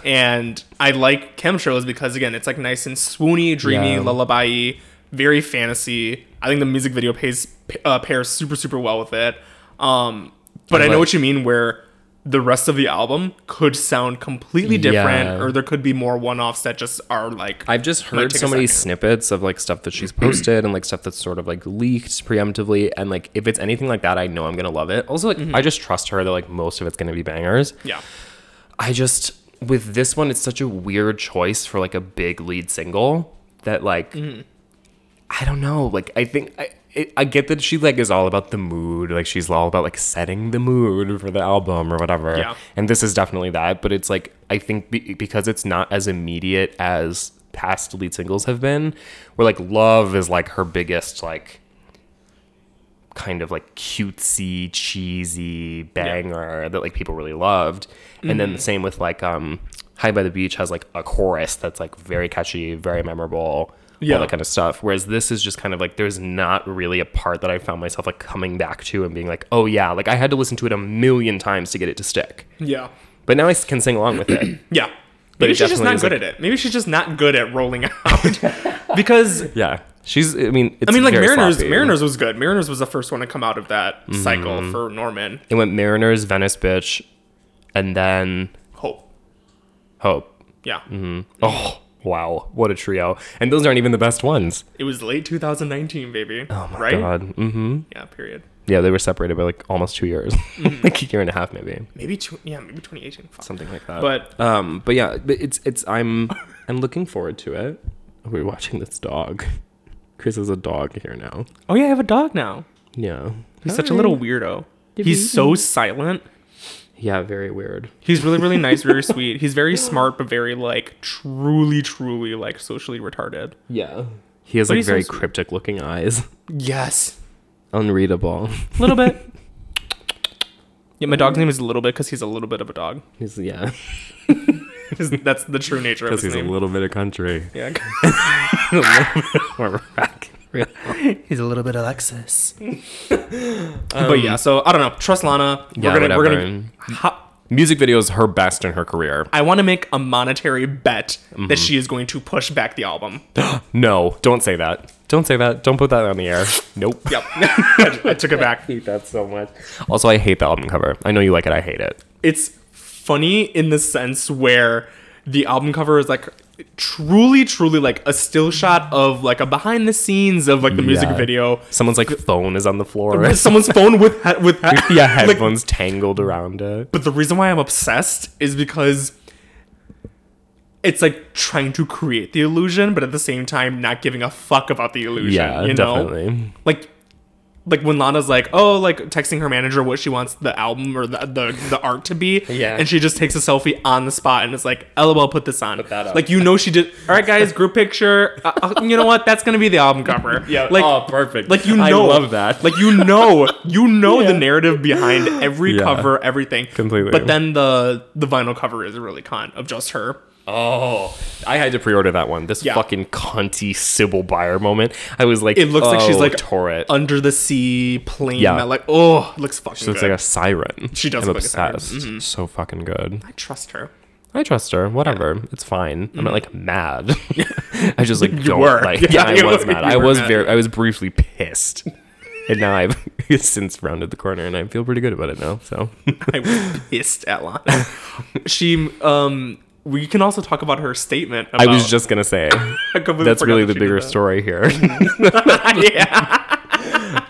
and I like chem shows because again it's like nice and swoony, dreamy,
Yeah.
lullaby, very fantasy. I think the music video pays uh, pairs super super well with it. Um, but
I
I know
like-
what you mean where the rest of the album could sound completely different
Yeah.
or there could be more one-offs that just are like
I've just
Might
heard
take
so
a
many
second.
snippets of like stuff that she's posted and like stuff that's sort of like leaked preemptively. And like if it's anything like that, I know I'm gonna love it. Also, like
Mm-hmm.
I just trust her that like most of it's gonna be bangers.
yeah.
I just with this one, it's such a weird choice for like a big lead single that like I don't know. Like I think I it, I get that she like is all about the mood, like she's all about like setting the mood for the album or whatever.
Yeah.
And this is definitely that, but it's like I think be, because it's not as immediate as past lead singles have been, where like love is like her biggest like kind of like cutesy, cheesy banger that like people really loved. And then the
Mm.
same with like um High by the Beach has like a chorus that's like very catchy, very memorable,
Yeah.
all that kind of stuff. Whereas this is just kind of like there's not really a part that I found myself like coming back to and being like, oh yeah, like I had to listen to it a million times to get it to stick.
Yeah.
But now I s- can sing along with it.
Yeah.
But
Maybe
it
she's just
definitely
not
is,
good
like-
at it. Maybe she's just not good at rolling out. because
yeah. She's I mean it's
I mean like
very
Mariners
sloppy. Mm-hmm.
Mariners was good. Mariners was the first one to come out of that cycle for Norman.
It went Mariners, Venice Bitch, and then
Hope.
Hope.
Yeah.
Oh, wow. What a trio. And those aren't even the best ones.
It was late 2019, baby. Oh
my
right?
God. Mm-hmm.
Yeah, period.
Yeah, they were separated by like almost two years,
Mm-hmm.
like a year and a half, maybe
Maybe tw- yeah, maybe 2018. Fuck.
something like that.
But-
um, but yeah, but it's it's I'm I'm looking forward to it. We're watching this dog. Chris is a dog here now.
Oh yeah, I have a dog now.
Yeah,
He's such a little weirdo. He's so silent.
yeah, very weird.
He's really, really nice, very sweet. He's very smart, but very like truly, truly like socially retarded.
Yeah, he has
But
like
he's so
very
sweet.
cryptic looking eyes,
Yes.
unreadable.
A little bit. Yeah, my dog's name is Little Bit because he's a little bit of a dog.
He's yeah,
That's the true nature of his name.
little bit of country.
yeah.
he's a little bit Alexis.
but yeah, so I don't know. Trust Lana.
Um, Yeah,
we're gonna, We're
whatever.
gonna, ha-
Music video is her best in her career.
I want to make a monetary bet
Mm-hmm.
that she is going to push back the album.
No, don't say that. Don't say that. Don't put that on the air. Nope.
Yep, I took it back.
hate that so much. Also, I hate the album cover. I know you like it. I hate it.
It's funny in the sense where the album cover is like truly, truly like a still shot of like a behind the scenes of like the music
Yeah.
video.
Someone's like phone is on the floor.
Someone's phone with he- with he-
yeah,
like,
headphones tangled around it.
But the reason why I'm obsessed is because it's like trying to create the illusion, but at the same time not giving a fuck about the illusion.
Yeah,
you know?
definitely.
Like like when Lana's like, oh, like texting her manager what she wants the album or the the, the art to be,
Yeah.
and she just takes a selfie on the spot and it's like, lol, put this on, put
that up.
like you know she did. All right, guys, group picture. Uh, uh, you know what? That's gonna be the album cover. like
perfect.
like you know,
I love that.
Like you know, you know the narrative behind every
Yeah.
cover, everything
Completely.
But then the the vinyl cover is really con of just her.
oh, I had to pre-order that one. This
Yeah.
fucking cunty Sybil Buyer moment. I was like,
It looks like she's
oh,
like
tore it.
under the sea plane.
Yeah.
that, like oh, it looks fucking.
she looks
good.
like a siren.
She does
I'm
look like a siren. Mm-hmm.
obsessed. So fucking good.
I trust her.
I trust her. Whatever. It's fine. I'm not like mad. I just like don't
Mm-hmm. were.
like.
Yeah,
Yeah, I
you
was
were-
mad.
you
I
were
was
mad.
very. I was briefly pissed, and now I've since rounded the corner, and I feel pretty good about it now. So
I was pissed at Lana. she um. We can also talk about her statement. About,
I was just gonna say
I completely
that's
forgot
really
that
the
she did
bigger
that.
story here.
yeah.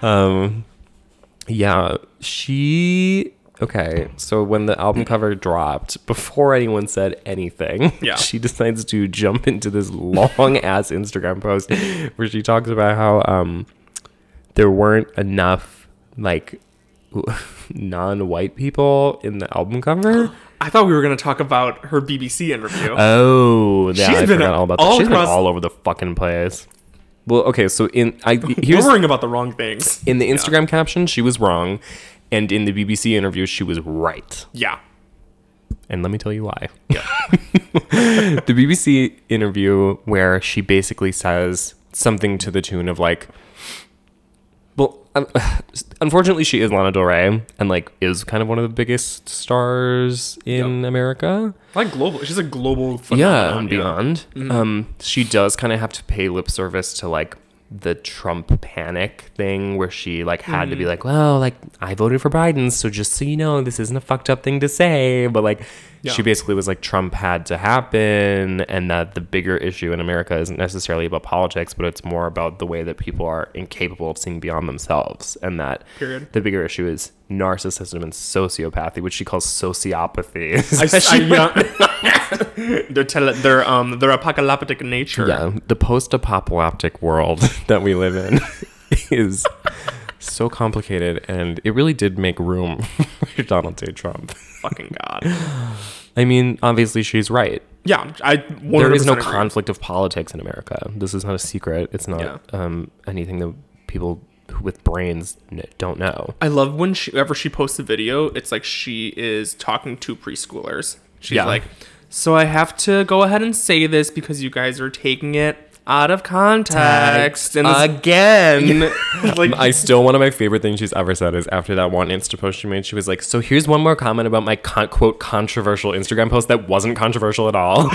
yeah, she. Okay, so when the album cover dropped, before anyone said anything,
Yeah.
she decides to jump into this long ass Instagram post where she talks about how um, there weren't enough like non-white people in the album cover.
I thought we were gonna talk about her BBC interview.
Oh,
She's
yeah, I
been
forgot all about
all
that. She's
across-
been all over the fucking place. Well, okay, so in I
We're
here's
worrying about the wrong things.
in the Instagram caption she was wrong, and in the BBC interview she was right.
Yeah.
And let me tell you why. the BBC interview where she basically says something to the tune of like, well, um, unfortunately, she is Lana Del Rey and like is kind of one of the biggest stars in America.
Like global. She's a global.
yeah,
phenomenon,
and beyond.
Mm-hmm.
Um, she does kind of have to pay lip service to like the Trump panic thing, where she like had
Mm.
to be like, "Well, like I voted for Biden, so just so you know, this isn't a fucked up thing to say." But like, she basically was like, "Trump had to happen," and that the bigger issue in America isn't necessarily about politics, but it's more about the way that people are incapable of seeing beyond themselves, and that
Period.
the bigger issue is narcissism and sociopathy, which she calls sociopathy.
I, I, yeah. they're tele- they're um they're apocalyptic in nature.
Yeah, the post-apocalyptic world that we live in is so complicated, and it really did make room for Donald J. Trump.
Fucking god.
I mean, obviously she's right.
Yeah, I 100%
There is no
agree.
conflict of politics in America. This is not a secret. It's not
Yeah.
um, anything that people with brains n- don't know.
I love when she whenever she posts a video, it's like she is talking to preschoolers. She's
Yeah.
like, so I have to go ahead and say this because you guys are taking it out of context and this-
again. Um,
like
I still one of my favorite things she's ever said is after that one Insta post she made, she was like, "So here's one more comment about my con- quote controversial Instagram post that wasn't controversial at all."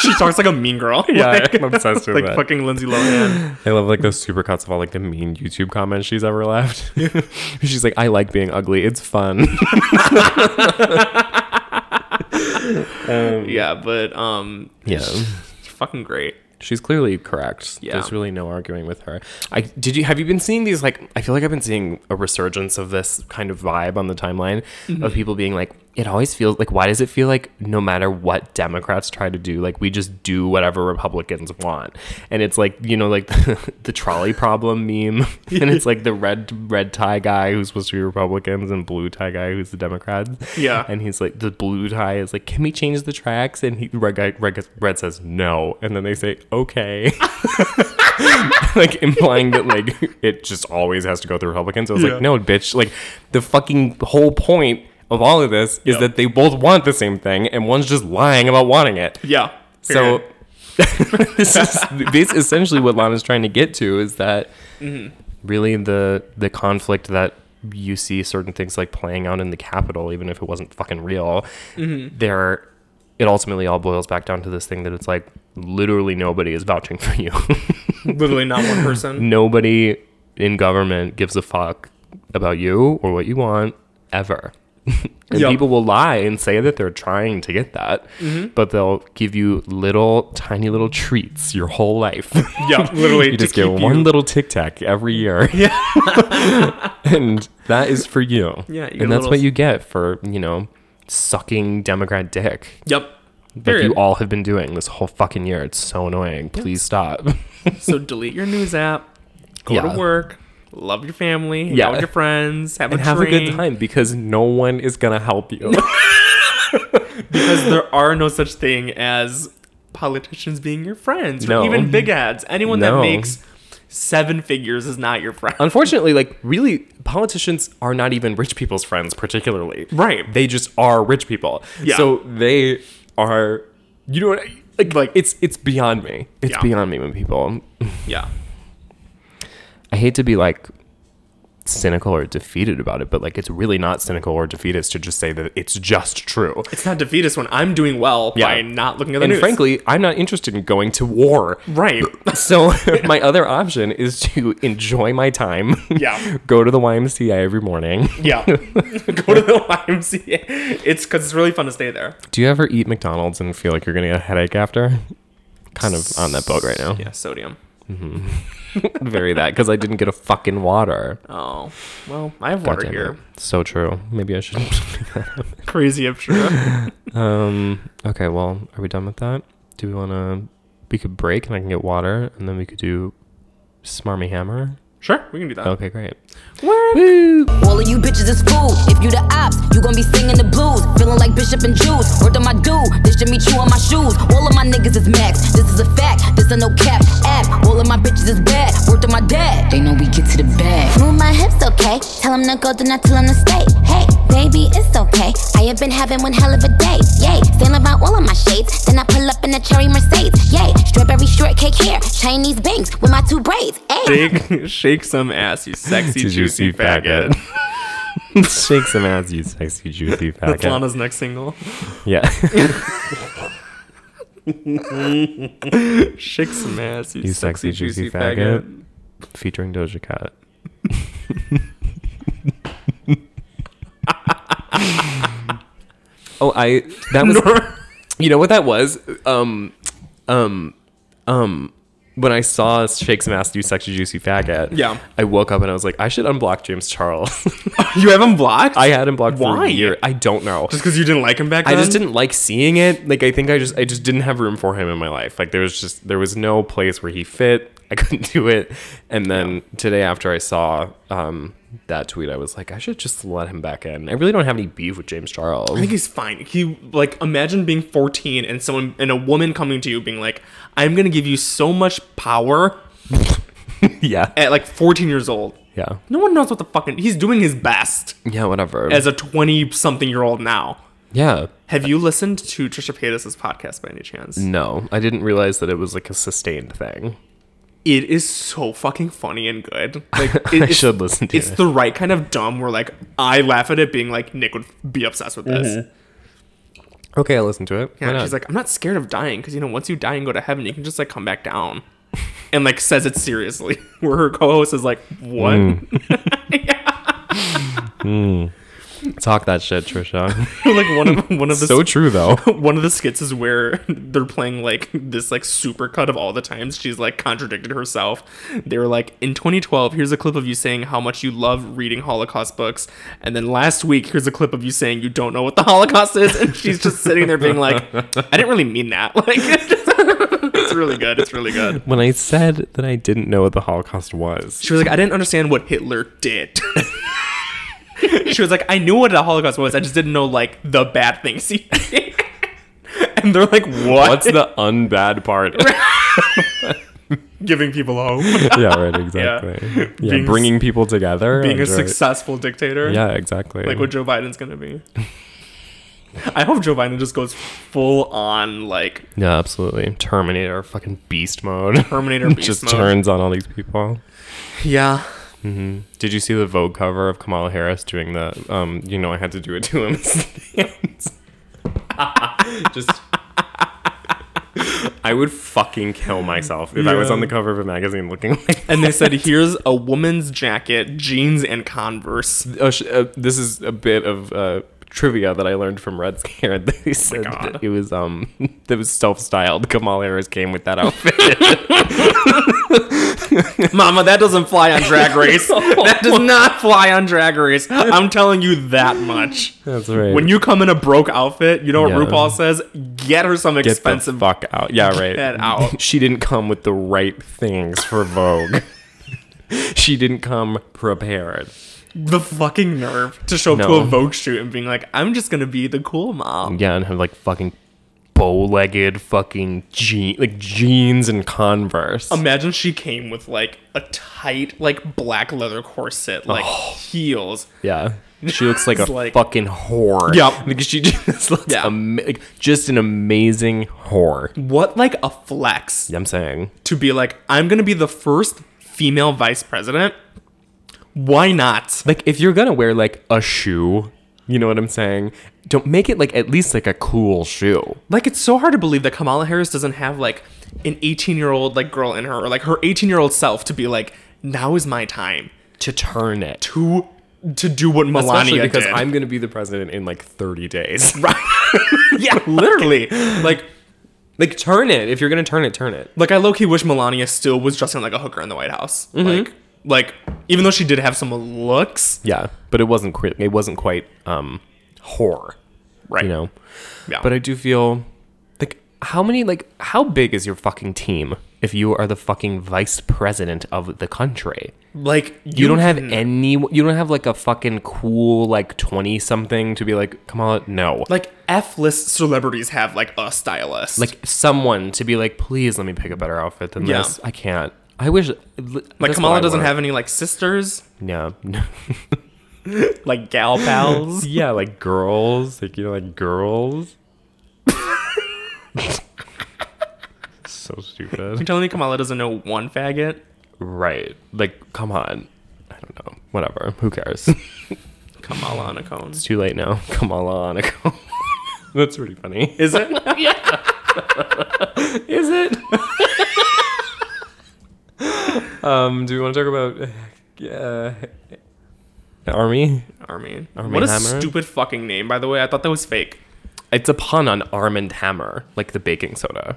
she talks like a mean girl.
Yeah,
like,
I'm obsessed with
like
that.
fucking Lindsay Lohan.
I love like the supercuts of all like the mean YouTube comments she's ever left. she's like, "I like being ugly. It's fun."
yeah, but um,
yeah,
it's fucking great.
she's clearly correct.
Yeah.
There's really no arguing with her. I did you have you been seeing these like I feel like I've been seeing a resurgence of this kind of vibe on the timeline of people being like, "It always feels like why does it feel like no matter what Democrats try to do, like we just do whatever Republicans want?" And it's like you know like the trolley problem meme, and it's like the red red tie guy who's supposed to be Republicans and blue tie guy who's the Democrats.
Yeah.
And he's like, the blue tie is like, can we change the tracks? And he red guy red, guy- red says no, and then they say okay, like implying that like it just always has to go through Republicans. I was
Yeah.
like, no, bitch. Like the fucking whole point of all of this is that they both want the same thing, and one's just lying about wanting it.
Yeah.
So
period.
this is this essentially what Lana's trying to get to is that really the the conflict that you see certain things like playing out in the Capitol, even if it wasn't fucking real, there it ultimately all boils back down to this thing that it's like literally nobody is vouching for you.
literally not one person.
nobody in government gives a fuck about you or what you want ever. and
Yep.
people will lie and say that they're trying to get that,
Mm-hmm.
but they'll give you little tiny little treats your whole life.
Yeah, literally.
you just
to
get
keep
one
you-
little Tic Tac every year. Yeah. and that is for you.
Yeah, you get a
and that's
little-
what you get for, you know, sucking Democrat dick.
Yep.
Like
Period.
you all have been doing this whole fucking year. It's so annoying. Please stop.
so delete your news app. Go
Yeah.
to work. love your family, hang
Yeah.
out with your friends, have
and
a
have a
drink.
good time because no one is gonna help you.
because there are no such thing as politicians being your friends,
No.
or even big ads. Anyone
No. Um,
that makes seven figures is not your friend.
Unfortunately, like really, politicians are not even rich people's friends, particularly.
Right.
They just are rich people.
Yeah.
So they are, you know, what I- like, like it's it's beyond me. It's
Yeah.
beyond me when people.
Yeah,
I hate to be like cynical or defeated about it, but like it's really not cynical or defeatist to just say that it's just true.
it's not defeatist when I'm doing well
Yeah.
by not looking at the
And
news.
frankly, I'm not interested in going to war.
right?
So my other option is to enjoy my time.
Yeah.
Go to the YMCA every morning.
Yeah, go to the YMCA. It's because it's really fun to stay there.
Do you ever eat McDonald's and feel like you're gonna get a headache after? Kind of on that boat right now.
Yeah, sodium.
Very that because I didn't get a fucking water.
Oh well, I have water
Damn it.
here.
So true. Maybe I should.
Crazy, I'm sure.
um. Okay. Well, are we done with that? Do we want to? We could break and I can get water, and then we could do Smarmy Hammer.
sure, we can do that.
Okay. Great.
All of you bitches is food. If you the ops, you gon' be singing the blues. Feeling like Bishop and Juice. Word on my dude, this should meet you on my shoes. All of my niggas is max. This is a fact, this a no cap app. All of my bitches is bad. Word on my dad. They know we get to the bag.
Move my hips, okay. Tell him to go, do not tell him to stay. Hey, baby, it's okay. I have been having one hell of a day. Yay, sailing about all of my shades. Then I pull up in a cherry Mercedes. Yay, strawberry shortcake hair. Chinese bangs with my two braids. Hey,
Shake, shake some ass, you sexy,
Did you see
juicy faggot.
Shake some ass, you sexy juicy
That's
faggot.
Lana's next single.
Yeah.
Shake some ass, you,
You
sexy, juicy, faggot.
Featuring Doja Cat. oh, I that was you know what that was? Um um um when I saw Shake Some Ass do Sexy Juicy Faggot,
Yeah.
I woke up and I was like, I should unblock James Charles.
You have him blocked?
I had him blocked for
Why?
a year. I don't know.
just because you didn't like him back
I
then.
just didn't like seeing it. Like I think I just I just didn't have room for him in my life. Like there was just there was no place where he fit. I couldn't do it. And then today after I saw um that tweet, I was like, I should just let him back in. I really don't have any beef with James Charles.
I think he's fine. He like imagine being 14 and someone and a woman coming to you being like, "I'm gonna give you so much power
yeah.
at like 14 years old."
Yeah.
No one knows what the fucking. He's doing his best
Yeah, whatever.
as a 20 something year old now.
yeah.
Have you listened to Trisha Paytas' podcast by any chance?
No, I didn't realize that it was like a sustained thing.
It is so fucking funny and good. Like it,
I
it's-
should listen to
It's
it.
the right kind of dumb where like I laugh at it being like Nick would be obsessed with this.
Okay, I'll listen to it. Mm-hmm. Why
Yeah,
not?
she's like, I'm not scared of dying because you know once you die and go to heaven, you can just like come back down, and like says it seriously. Where her co-host is like, what?
Mm. talk that shit, Trisha.
like one of one of the
so true though.
one of the skits is where they're playing like this like super cut of all the times she's like contradicted herself. They were like, in 2012, here's a clip of you saying how much you love reading Holocaust books, and then last week here's a clip of you saying you don't know what the Holocaust is, and she's just sitting there being like, I didn't really mean that. Like, it's, just- it's really good. It's really good.
When I said that I didn't know what the Holocaust was.
She was like, I didn't understand what Hitler did. she was like, I knew what the Holocaust was. I just didn't know like the bad things he did. and they're like, what?
What's the unbad part?
giving people hope?
yeah, right, exactly. Yeah,
Being
bringing people together.
Being a
under-
successful dictator?
Yeah, exactly.
Like what Joe Biden's gonna be. I hope Joe Biden just goes full on like
yeah, absolutely. Terminator, fucking beast mode.
Terminator beast
Just
mode.
turns on all these people.
Yeah.
Did you see the Vogue cover of Kamala Harris doing the? Um, you know, I had to do it to him. stance? Just. I would fucking kill myself if I was
Yeah.
on the cover of a magazine looking like.
And they said, here's a woman's jacket, jeans, and Converse.
Oh, sh- uh, this is a bit of uh, trivia that I learned from Red Scare. They said
God.
that it was um that was self styled. Kamala Harris came with that outfit.
Mama, that doesn't fly on drag race. that does not fly on drag race. I'm telling you that much.
That's right.
When you come in a broke outfit, you know what
Yeah.
RuPaul says? Get her some
get
expensive.
the fuck out, yeah, right.
Get out.
she didn't come with the right things for Vogue. she didn't come prepared.
The fucking nerve to show up to
No.
a Vogue shoot and being like, I'm just gonna be the cool mom.
Yeah, and her like fucking bow-legged fucking jean like jeans and Converse.
Imagine she came with like a tight, like black leather corset, like
Oh.
heels.
yeah. She looks like a
It's like-
fucking whore.
Yep.
Like she just looks
Yeah.
ama- like, just an amazing whore.
What like a flex
I'm saying.
to be like, I'm gonna be the first female vice president. Why not?
Like if you're gonna wear like a shoe, you know what I'm saying? Don't make it like at least like a cool shoe.
Like it's so hard to believe that Kamala Harris doesn't have like an 18 year old like girl in her or like her 18 year old self to be like, now is my time
To turn it.
to to do what
Especially
Melania
because
did.
I'm gonna be the president in like 30 days.
yeah, literally. like
like turn it. If you're gonna turn it, turn it.
like I low key wish Melania still was dressing like a hooker in the White House. Like like even though she did have some looks,
Yeah, but it wasn't quite. It wasn't quite um, horror,
right?
you know.
Yeah.
But I do feel like how many like how big is your fucking team if you are the fucking vice president of the country?
like
You, don't have
can-
any. You don't have like a fucking cool like twenty something to be like Kamala. No,
like F list celebrities have like a stylist.
like someone to be like, please let me pick a better outfit than
Yeah.
this. I can't. I wish
like Kamala doesn't have any like sisters,
No,
like gal pals.
yeah, like girls, like you know, like girls. so
You're
stupid.
telling me Kamala doesn't know one faggot?
Right. Like, come on. I don't know. Whatever. Who cares?
Kamala on a cone.
Too late now. Kamala on a call. That's pretty funny.
Is it? yeah.
Is it? um, do we want to talk about uh, army?
Armin.
Armin
what a
Hammer?
stupid fucking name, by the way. I thought that was fake.
It's a pun on arm and hammer, like the baking soda.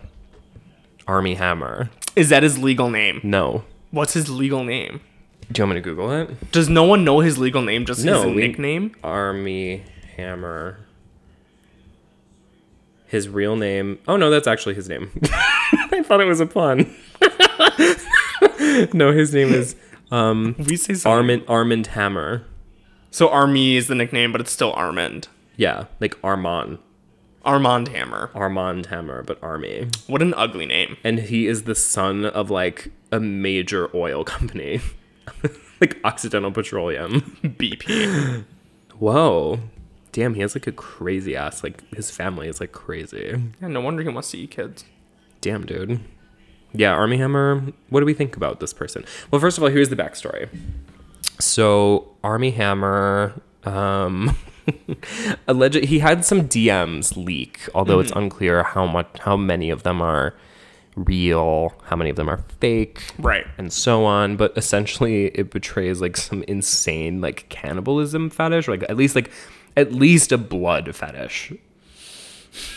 Army hammer.
Is that his legal name?
No.
What's his legal name?
Do you want me to Google it?
Does no one know his legal name? Just
No,
his
we-
nickname.
Army Hammer. His real name. Oh no, that's actually his name. I thought it was a pun. no, his name is
We say something.
Armand Armand Hammer.
So Army is the nickname, but it's still Armand.
Yeah, like Armand
Armand Hammer.
Armand Hammer, but Army.
What an ugly name.
And he is the son of like a major oil company, like Occidental Petroleum.
BP.
Whoa, damn, he has like a crazy ass. Like his family is like crazy.
Yeah, no wonder he wants to eat kids.
Damn, dude. Yeah, Army Hammer. What do we think about this person? Well, first of all, here's the backstory. So, Army Hammer, um, alleged he had some DMs leak, although it's unclear how much, how many of them are real, how many of them are fake,
Right.
and so on. But essentially, it betrays like some insane like cannibalism fetish, or like at least like at least a blood fetish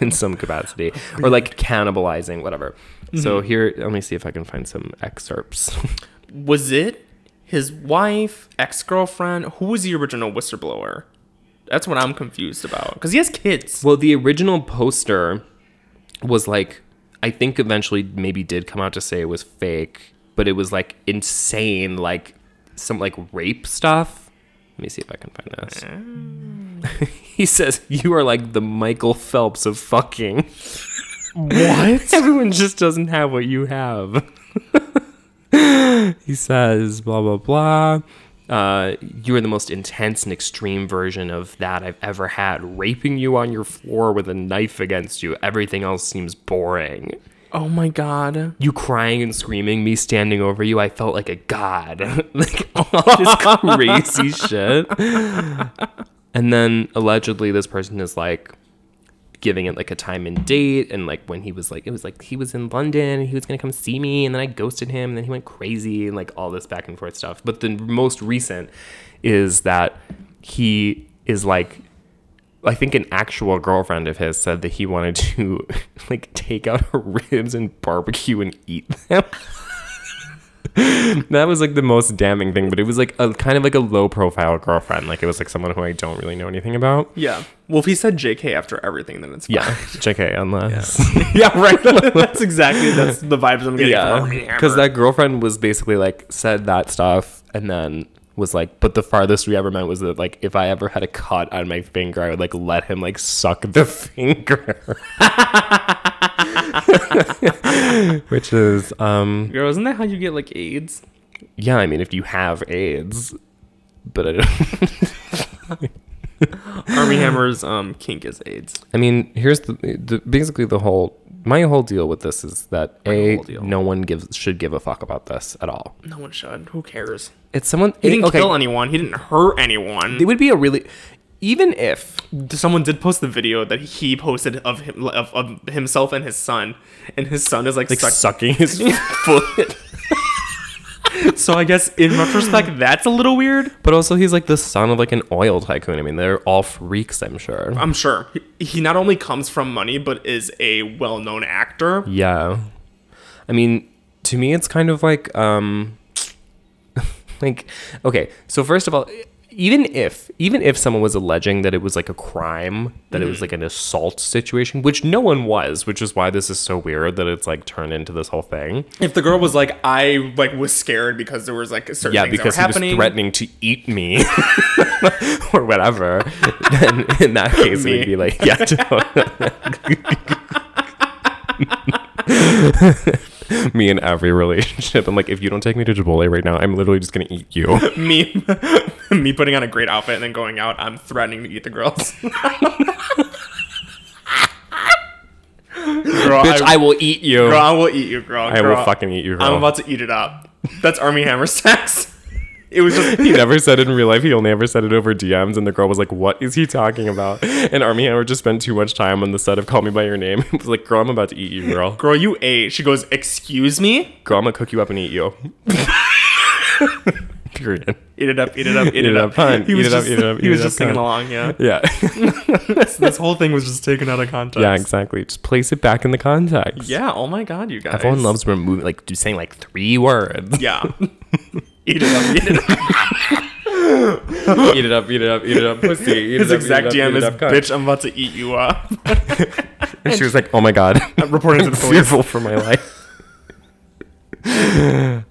in some capacity, or like cannibalizing, whatever. So here, let me see if I can find some excerpts.
Was it his wife, ex girlfriend? Who was the original whistleblower? That's what I'm confused about. Because he has kids.
well, the original poster was like, I think eventually maybe did come out to say it was fake, but it was like insane, like some like rape stuff. Let me see if I can find this.
Oh.
he says, You are like the Michael Phelps of fucking.
What?
Everyone just doesn't have what you have. he says, blah, blah, blah. Uh, you are the most intense and extreme version of that I've ever had. Raping you on your floor with a knife against you. Everything else seems boring.
oh my god.
You crying and screaming, me standing over you. I felt like a god. like all this crazy shit. And then allegedly, this person is like giving it like a time and date and like when he was like it was like he was in london and he was gonna come see me and then i ghosted him and then he went crazy and like all this back and forth stuff but the most recent is that he is like i think an actual girlfriend of his said that he wanted to like take out her ribs and barbecue and eat them that was like the most damning thing, but it was like a kind of like a low profile girlfriend. Like it was like someone who I don't really know anything about.
Yeah. Well, if he said JK after everything, then it's fine.
Yeah. JK, unless.
yeah, right. that's exactly that's the vibes I'm getting.
Yeah,
from
because that girlfriend was basically like said that stuff, and then was like, but the farthest we ever went was that like if I ever had a cut on my finger, I would like let him like suck the finger, which is um
Girl, isn't that how you get like AIDS?
yeah, I mean if you have AIDS, but I don't.
Army Hammer's um kink is AIDS.
I mean here's the, the basically the whole my whole deal with this is that a
whole deal.
no one gives should give a fuck about this at all.
No one should. Who cares?
It's someone
He didn't kill anyone. He didn't hurt anyone.
It would be a really even if
Someone did post the video that he posted of him of, of himself and his son, and his son is like,
like
suck-
sucking his foot.
So I guess in retrospect, that's a little weird.
But also, he's like the son of like an oil tycoon. I mean, they're all freaks, I'm sure.
I'm sure He- he not only comes from money, but is a well-known
Mm.
actor.
yeah. I mean, to me, it's kind of like, um, like, okay. So first of all, even if even if someone was alleging that it was like a crime, that
Mm-hmm.
it was like an assault situation, which no one was, which is why this is so weird that it's like turned into this whole thing.
If the girl was like, I like was scared because there was like certain
yeah,
things
because
that
he
were happening.
was threatening to eat me or whatever. then in that case, it
Me.
would be like, yeah, totally. me in every relationship. I'm like, if you don't take me to Chipotle right now, I'm literally just gonna eat you.
me me putting on a great outfit and then going out i'm threatening to eat the girls Girl,
Bitch, I, will eat you.
girl, I will eat you girl
I will
Girl,
fucking eat you,
i'm
girl.
about to eat it up that's army hammer sex it was just
he never said it in real life. He only ever said it over DMs, and the girl was like, "What is he talking about?" And Army Hammer just spent too much time on the set of "Call Me by Your Name." It was like, "Girl, I'm about to eat you, girl.
girl you ate she goes excuse me
Girl, I'm gonna cook you up and eat you." Period.
eat it up eat it up eat,
it
it
up,
up,
hun.
he was
Eat it up,
just,
eat it up,
he
eat
was
it
just
up,
singing
hun.
along yeah
Yeah.
this whole thing was just taken out of context
yeah, exactly. Just place it back in the context.
yeah oh my god you guys
Everyone loves removing, like, just saying like three words.
yeah eat it up eat it up
eat it up, eat it up, eat it up, pussy. Eat
his
it up,
exact
eat it
dm
up, eat
is
it up, cunt.
bitch i'm about to eat you up
And she was like, oh my god,
I'm reporting to the
I'm
police
fearful for my life.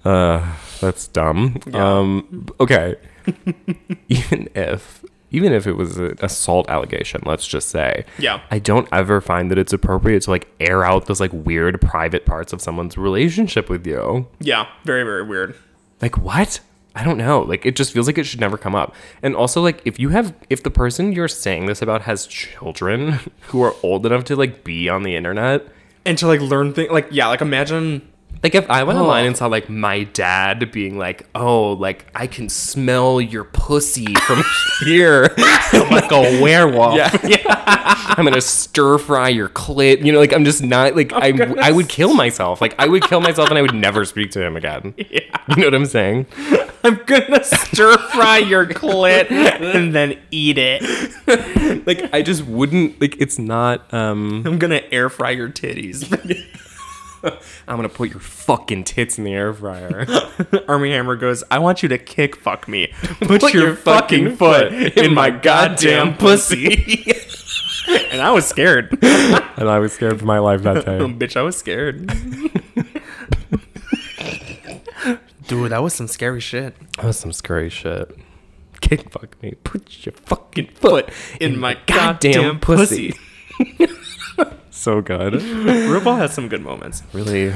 uh, that's dumb. Um, okay. even if, even if it was an assault allegation, let's just say.
Yeah.
I don't ever find that it's appropriate to like air out those like weird private parts of someone's relationship with you.
Yeah, very, very weird.
like what i don't know like it just feels like it should never come up and also like if you have if the person you're saying this about has children who are old enough to like be on the internet
And to like learn things, like yeah, like imagine.
like if i went online and saw like my dad being like oh like i can smell your pussy from here like a werewolf yeah, i'm gonna stir fry your clit you know like i'm just not like i i would kill myself like i would kill myself and i would never speak to him again yeah. you know what i'm saying
I'm gonna stir fry your clit and then eat it.
like I just wouldn't like it's not um
I'm gonna air fry your titties.
I'm gonna put your fucking tits in the air fryer.
Army Hammer goes, I want you to kick fuck me. Put,
Put
your,
your
fucking
fucking foot
foot in my goddamn pussy. and I was scared.
and I was scared for my life that day.
Bitch, I was scared. Dude, that was some scary shit.
That was some scary shit. Kick fuck me. Put your fucking foot
In my
goddamn
goddamn,
pussy.
pussy.
so good.
RuPaul has some good moments.
Really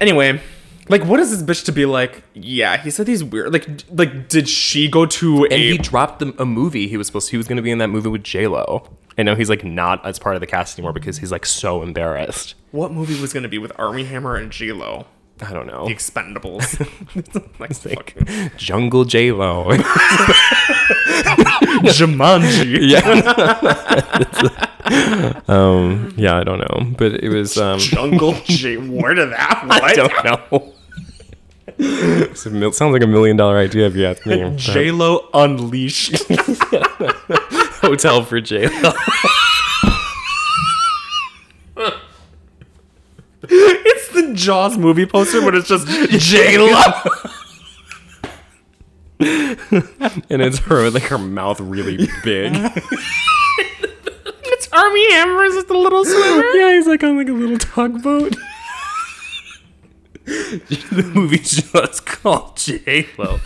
Anyway, like, what is this bitch to be like? Yeah, he said these weird. Like, d- like, did she go to
And
a?
he dropped the, a movie he was supposed to, he was gonna be in that movie with J Lo. And now he's like not as part of the cast anymore because he's like so embarrassed.
what movie was gonna be with Army Hammer and J Lo?
I don't know.
The Expendables. like
Like,
fucking
Jungle J Lo.
Jumanji.
yeah. um, yeah, I don't know, but it was. Um,
Jungle J. Where did that? What?
I don't know. It's a mil- sounds like a million dollar idea if you ask me.
J Lo Unleashed.
Hotel for J Lo.
it's the Jaws movie poster, but it's just J Lo.
and it's her like her mouth really big.
it's Army Hammer is the little swimmer.
yeah, he's like on like a little tugboat. the movie's just called J Lo.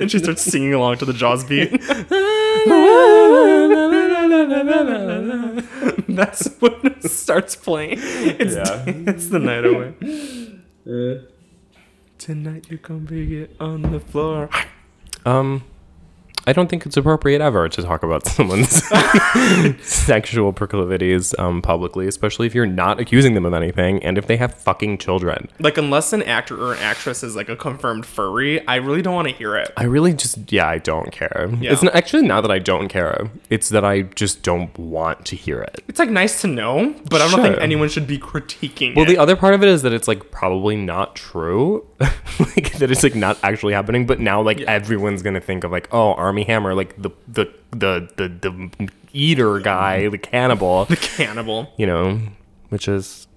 and she starts singing along to the Jaws beat. That's when it starts playing. It's,
Yeah.
it's the night away. Tonight you're gonna be it on the floor.
Um, I don't think it's appropriate ever to talk about someone's sexual proclivities um, publicly, especially if you're not accusing them of anything and if they have fucking children.
Like unless an actor or an actress is like a confirmed furry, I really don't want to hear it.
I really just, yeah, I don't care.
Yeah.
It's not, actually not that I don't care, it's that I just don't want to hear it.
It's like nice to know, but I don't think
Sure.
anyone should be critiquing
Well,
it.
the other part of it is that it's like probably not true, like that it's like not actually happening. But now, like everyone's gonna think of like, oh, Army Hammer, like the the the the, the eater guy, the cannibal,
the cannibal.
you know, which is.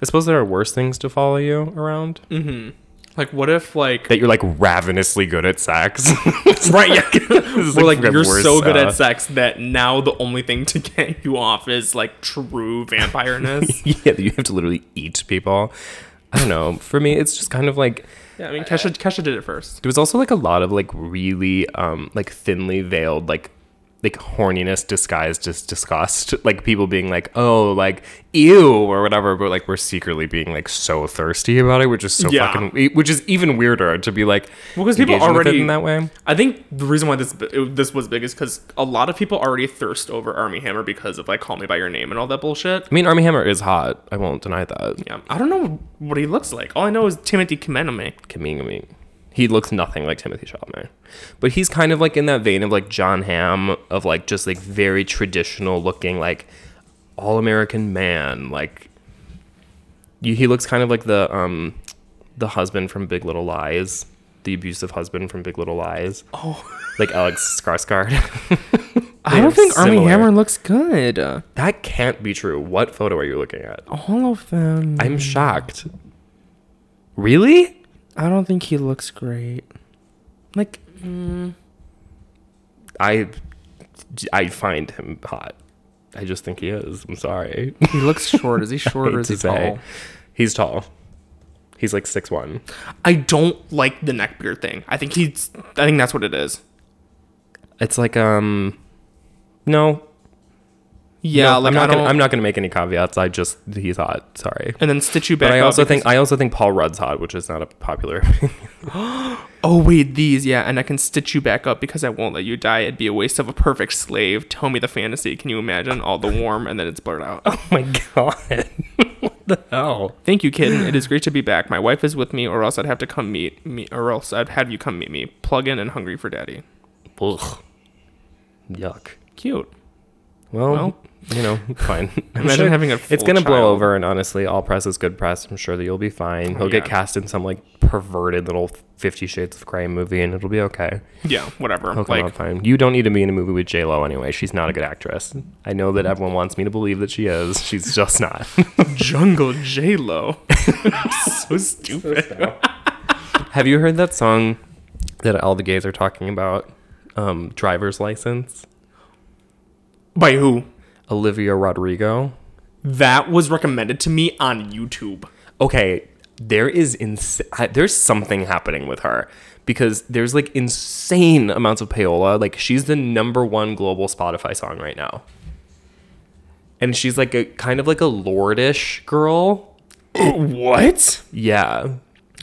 I suppose there are worse things to follow you around.
Mm-hmm. Like what if like
That you're like ravenously good at sex,
Right, yeah.
It's
We're like,
the
you're
worst,
so good
uh,
at sex that now the only thing to get you off is like true vampireness.
Yeah, that you have to literally eat people. I don't know. For me, it's just kind of like
yeah, I mean, Kesha, Kesha did it first.
There was also like a lot of like really um like thinly veiled like like horniness disguised as disgust. Like people being like, oh, like ew or whatever, but like we're secretly being like so thirsty about it, which is so
Yeah.
fucking e, which is even weirder to be like
Well, 'cause people
engaging with it
already-
in that way.
I think the reason why this it, this was big is because a lot of people already thirst over Army Hammer because of like Call Me by Your Name and all that bullshit.
I mean Army Hammer is hot. I won't deny that.
Yeah, I don't know what he looks like. All I know is Timothy Kamenome.
Kaminga Ming. He looks nothing like Timothy Chalamet, but he's kind of like in that vein of like John Hamm of like just like very traditional looking like all American man. Like you, he looks kind of like the um the husband from Big Little Lies, the abusive husband from Big Little Lies. Oh, like Alex Skarsgård.
I
don't think Armie Hammer
looks good. All
that can't be true. What photo are you looking at?
of them.
I'm shocked. Really?
I don't think he looks great. Like,
I I find him hot. I just think he is. I'm sorry.
he looks short. Is he short
Hate to say. He's tall. He's like six one.
I don't like the neck beard thing. I think he's. I think that's what it is.
It's like um, no,
Yeah,
no,
like
I'm
I
not.
don't.
Gonna, I'm not gonna make any caveats. I just he's hot. Sorry.
and then stitch you back.
But I
up
also
because-
think I also think Paul Rudd's hot, which is not a popular. opinion.
Oh wait, these yeah, and I can stitch you back up because I won't let you die. It'd be a waste of a perfect slave. Tell me the fantasy. Can you imagine all the warm and then it's blurred out.
oh my god! what the hell?
Thank you, kitten. It is great to be back. My wife is with me, or else I'd have to come meet me, or else I'd have you come meet me. Plug in and hungry for daddy.
Ugh. Yuck.
Cute.
Well,
Well.
you know, fine. I'm
Imagine having a
It's
full
gonna
child. Oh,
blow over, and honestly, all press is good press. I'm sure that you'll be fine. He'll get
yeah.
cast in some like perverted little Fifty Shades of Grey movie, and it'll be okay.
Yeah, whatever.
He'll come out
like
fine. You don't need to be in a movie with J Lo anyway. She's not a good actress. I know that everyone wants me to believe that she is. She's just not.
Jungle J Lo. so stupid.
Have you heard that song that all the gays are talking about? Um, driver's license.
By who?
Olivia Rodrigo.
That was recommended to me on YouTube.
okay, there is ins- I- there's something happening with her because there's like insane amounts of payola. Like she's the number one global Spotify song right now, and she's like a kind of like a lordish girl.
What?
Yeah,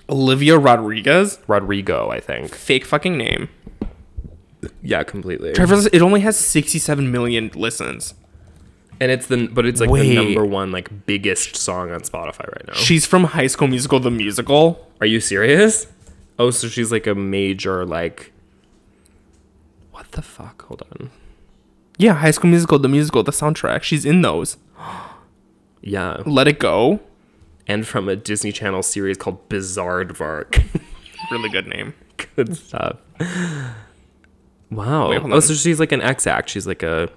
Olivia Rodriguez?
Rodrigo, I think.
Fake fucking name.
Yeah, completely.
Travis, it only has 67 million listens.
and it's the but it's like the
Wait.
number one like biggest song on Spotify right now.
She's from High School Musical, the musical.
Are you serious? Oh, so she's like a major like. What the fuck? Hold on.
Yeah, High School Musical, the musical, the soundtrack. She's in those.
Yeah.
Let It Go.
and from a Disney Channel series called Bizarre Vark.
Really good name.
Good stuff. Wow.
Wait, hold
oh,
on.
so she's like an ex act. She's like a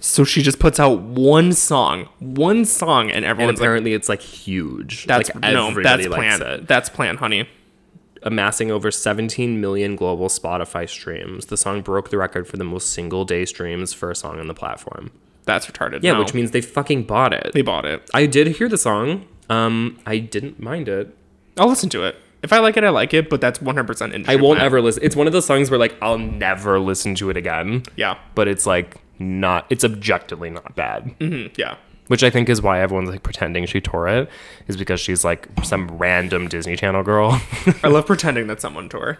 So she just puts out one song, one song, and
And
everyone's like,
apparently, it's like huge.
"That's
like,
no, that's
everybody
plan,
it.
that's plan, honey."
amassing over 17 million global Spotify streams. The song broke the record for the most single day streams for a song on the platform.
That's retarded.
Yeah,
No.
which means they fucking bought it.
they bought it.
I did hear the song. Um, I didn't mind it.
I'll listen to it. If I like it, I like it. But that's one hundred percent industry.
I won't
plan.
ever listen. It's one of those songs where like I'll never listen to it again.
Yeah.
But it's like not. It's objectively not bad,
Yeah.
which I think is why everyone's like pretending she tore it, is because she's like some random Disney Channel girl,
I love pretending that someone tore.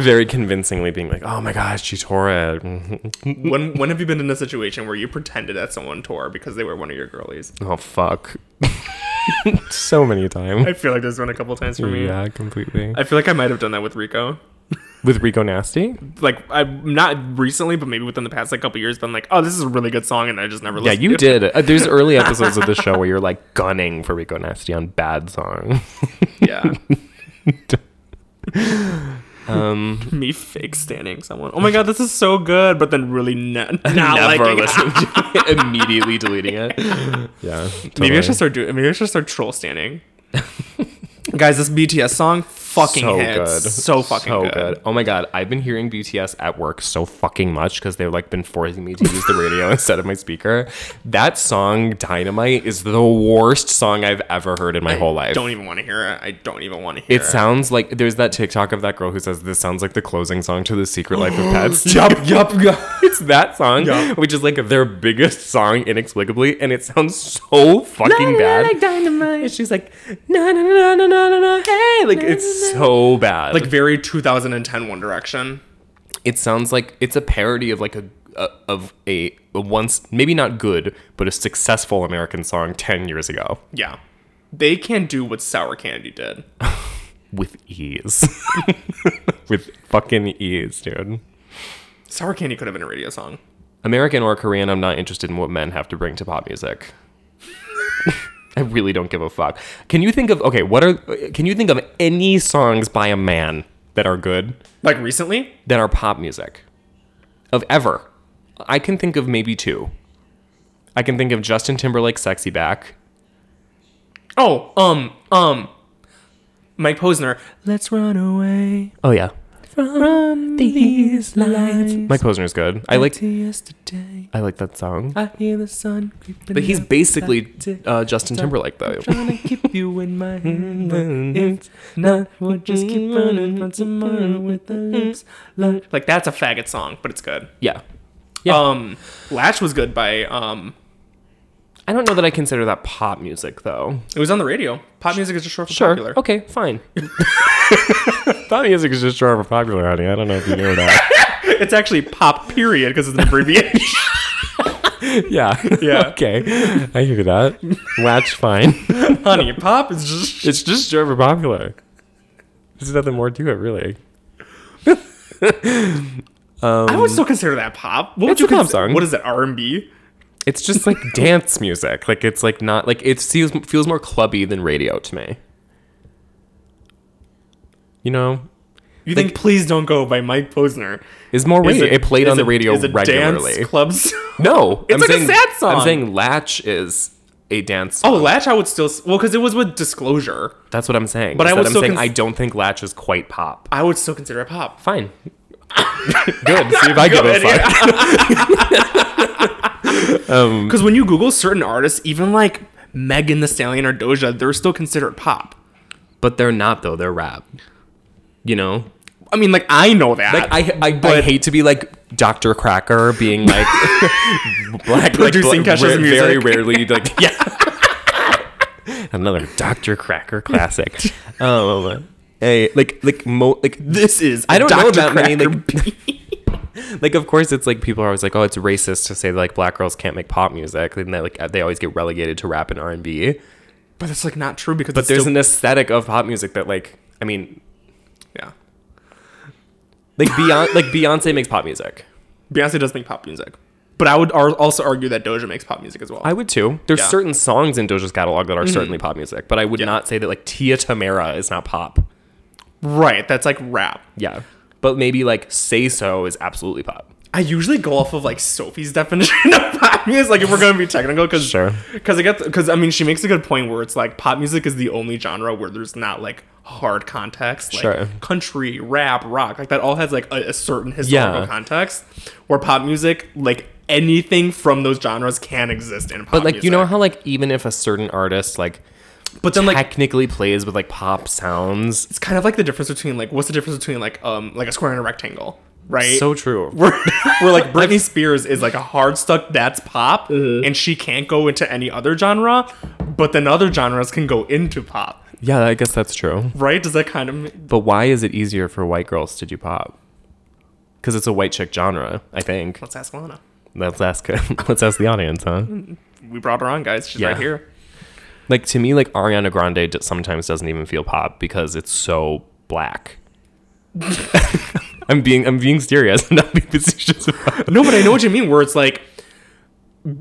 very convincingly being like, "Oh my gosh, she tore it."
when when have you been in a situation where you pretended that someone tore because they were one of your girlies?
Oh fuck. so many times.
I feel like there's been a couple times for me.
Yeah, completely.
I feel like I might have done that with Rico.
With Rico Nasty?
Like I'm not recently, but maybe within the past like couple years, been like, oh, this is a really good song, and I just never.
Yeah,
Listened
you
to it.
did. Uh, there's early episodes of the show where you're like gunning for Rico Nasty on bad song.
Yeah. um, me fake standing someone. Oh my god, this is so good, but then really ne- not
Never
liking it.
listening to it. Immediately deleting it. Yeah.
Maybe I
totally.
should start doing. Maybe I should start troll standing. Guys, this BTS song fucking
so
hits.
good.
So fucking good.
Oh my god, I've been hearing BTS at work so fucking much because they've like been forcing me to use the radio instead of my speaker. That song, Dynamite, is the worst song I've ever heard in my whole life.
Don't even want to hear it. I don't even want to hear
It sounds like there's that TikTok of that girl who says this sounds like the closing song to the Secret Life of Pets. yup, yup, yup. It's that song,
Yup.
which is like their biggest song inexplicably, and it sounds so fucking bad. Like dynamite. And she's like, na na na na na na na. Hey, like it's so bad.
like very 2010 One Direction.
it sounds like it's a parody of like a, a of a, a once maybe not good but a successful American song ten years ago
Yeah. They can do what Sour Candy did.
with ease, with fucking ease, dude.
Sour Candy could have been a radio song.
American or Korean, I'm not interested in what men have to bring to pop music. I really don't give a fuck. Can you think of okay, what are can you think of any songs by a man that are good
Like recently?
that are pop music? Of ever. I can think of maybe two. I can think of Justin Timberlake's Sexy Back.
Oh, um, um, Mike Posner. Let's run away
Oh yeah.
from these lights.
Mike Posner's good. I like
yesterday.
I like that song.
I hear the sun creeping.
But he's
up
basically
the
uh, Justin Timberlake though.
Trying to keep you in my hand, but it's not. We'll just keep running from tomorrow with the lips. locked. Like that's a faggot song, but it's good.
Yeah. Yeah.
Um, Latch was good by um.
I don't know that I consider that pop music though.
It was on the radio. Pop music is just short for popular.
Okay, fine. pop music is just short for popular, honey. I don't know if you knew that.
It's actually pop period because it's an abbreviation.
yeah.
Yeah.
okay. I hear that. Latch, fine.
Honey, pop is just
It's just short for popular. There's nothing more to it, really.
I would still consider that pop. What would
Mm. It's
you
a pop
consider-
song.
What is that? R and B.
It's just like dance music. Like it's like not like it feels feels more clubby than radio to me. You know,
You think "Please Don't Go" by Mike Posner
is more
is
radio. It, played
is
on the
a-
radio
is a
regularly.
Dance club. song?
No,
It's like a sad
I'm
song.
saying Latch is a dance.
Oh, Latch, I would still s- well because it was with Disclosure.
That's what I'm saying.
But
But
I
I
would
am
still
saying
cons-
I don't think Latch is quite pop.
I would still consider it pop.
Fine. Good. See if I give a fuck. Mm.
Because when you Google certain artists, even like Megan the Stallion or Doja, they're still considered pop.
But they're not though. They're rap. You know.
I mean, like I know that.
Like I, I, I hate to be like Dr. Cracker being like black
Producing
like,
Kesha's music.
Very rarely like yeah. Another Dr. Cracker classic. um, a, like like mo like
this is
I don't know that many,
Cracker
like-
B.
like of course it's like people are always like oh it's racist to say like black girls can't make pop music and they like uh, they always get relegated to rap and R&B
but that's like not true because
but
it's
there's
still-
an aesthetic of pop music that like I mean
yeah.
like Beyonce like Beyonce makes pop music
Beyonce does make pop music, but I would ar- also argue that Doja makes pop music as well.
I would too there's
Yeah. Mm-hmm.
certain songs in Doja's catalog that are certainly pop music but I would
Yeah.
not say that like Tia Tamara is not pop
right, that's like rap.
yeah but maybe like Say So is absolutely pop
I usually go off of like Sophie's definition of pop music, like if we're gonna be technical, because
Sure.
because I get because I mean she makes a good point where it's like pop music is the only genre where there's not like hard context, like
Sure.
country, rap, rock, like that all has like a, a certain historical
Yeah.
context. Where pop music, like anything from those genres, can exist in pop.
But like you know
music.
how like even if a certain artist like
but then like
technically plays with like pop sounds,
it's kind of like the difference between like what's the difference between like um like a square and a rectangle, right?
so true.
We're, we're like Britney Spears is like a hard stuck that's pop,
Uh-huh.
and she can't go into any other genre, but then other genres can go into pop,
Yeah, I guess that's true.
right? Does that kind of
But why is it easier for white girls to do pop? Because it's a white chick genre, I think.
let's ask Lana?
Let's ask let's ask the audience, huh?
We brought her on, guys. She's
Yeah.
right here.
Like to me, like Ariana Grande d- sometimes doesn't even feel pop because it's so black. I'm being I'm being serious, not being facetious. About it.
No, but I know what you mean. Where it's like,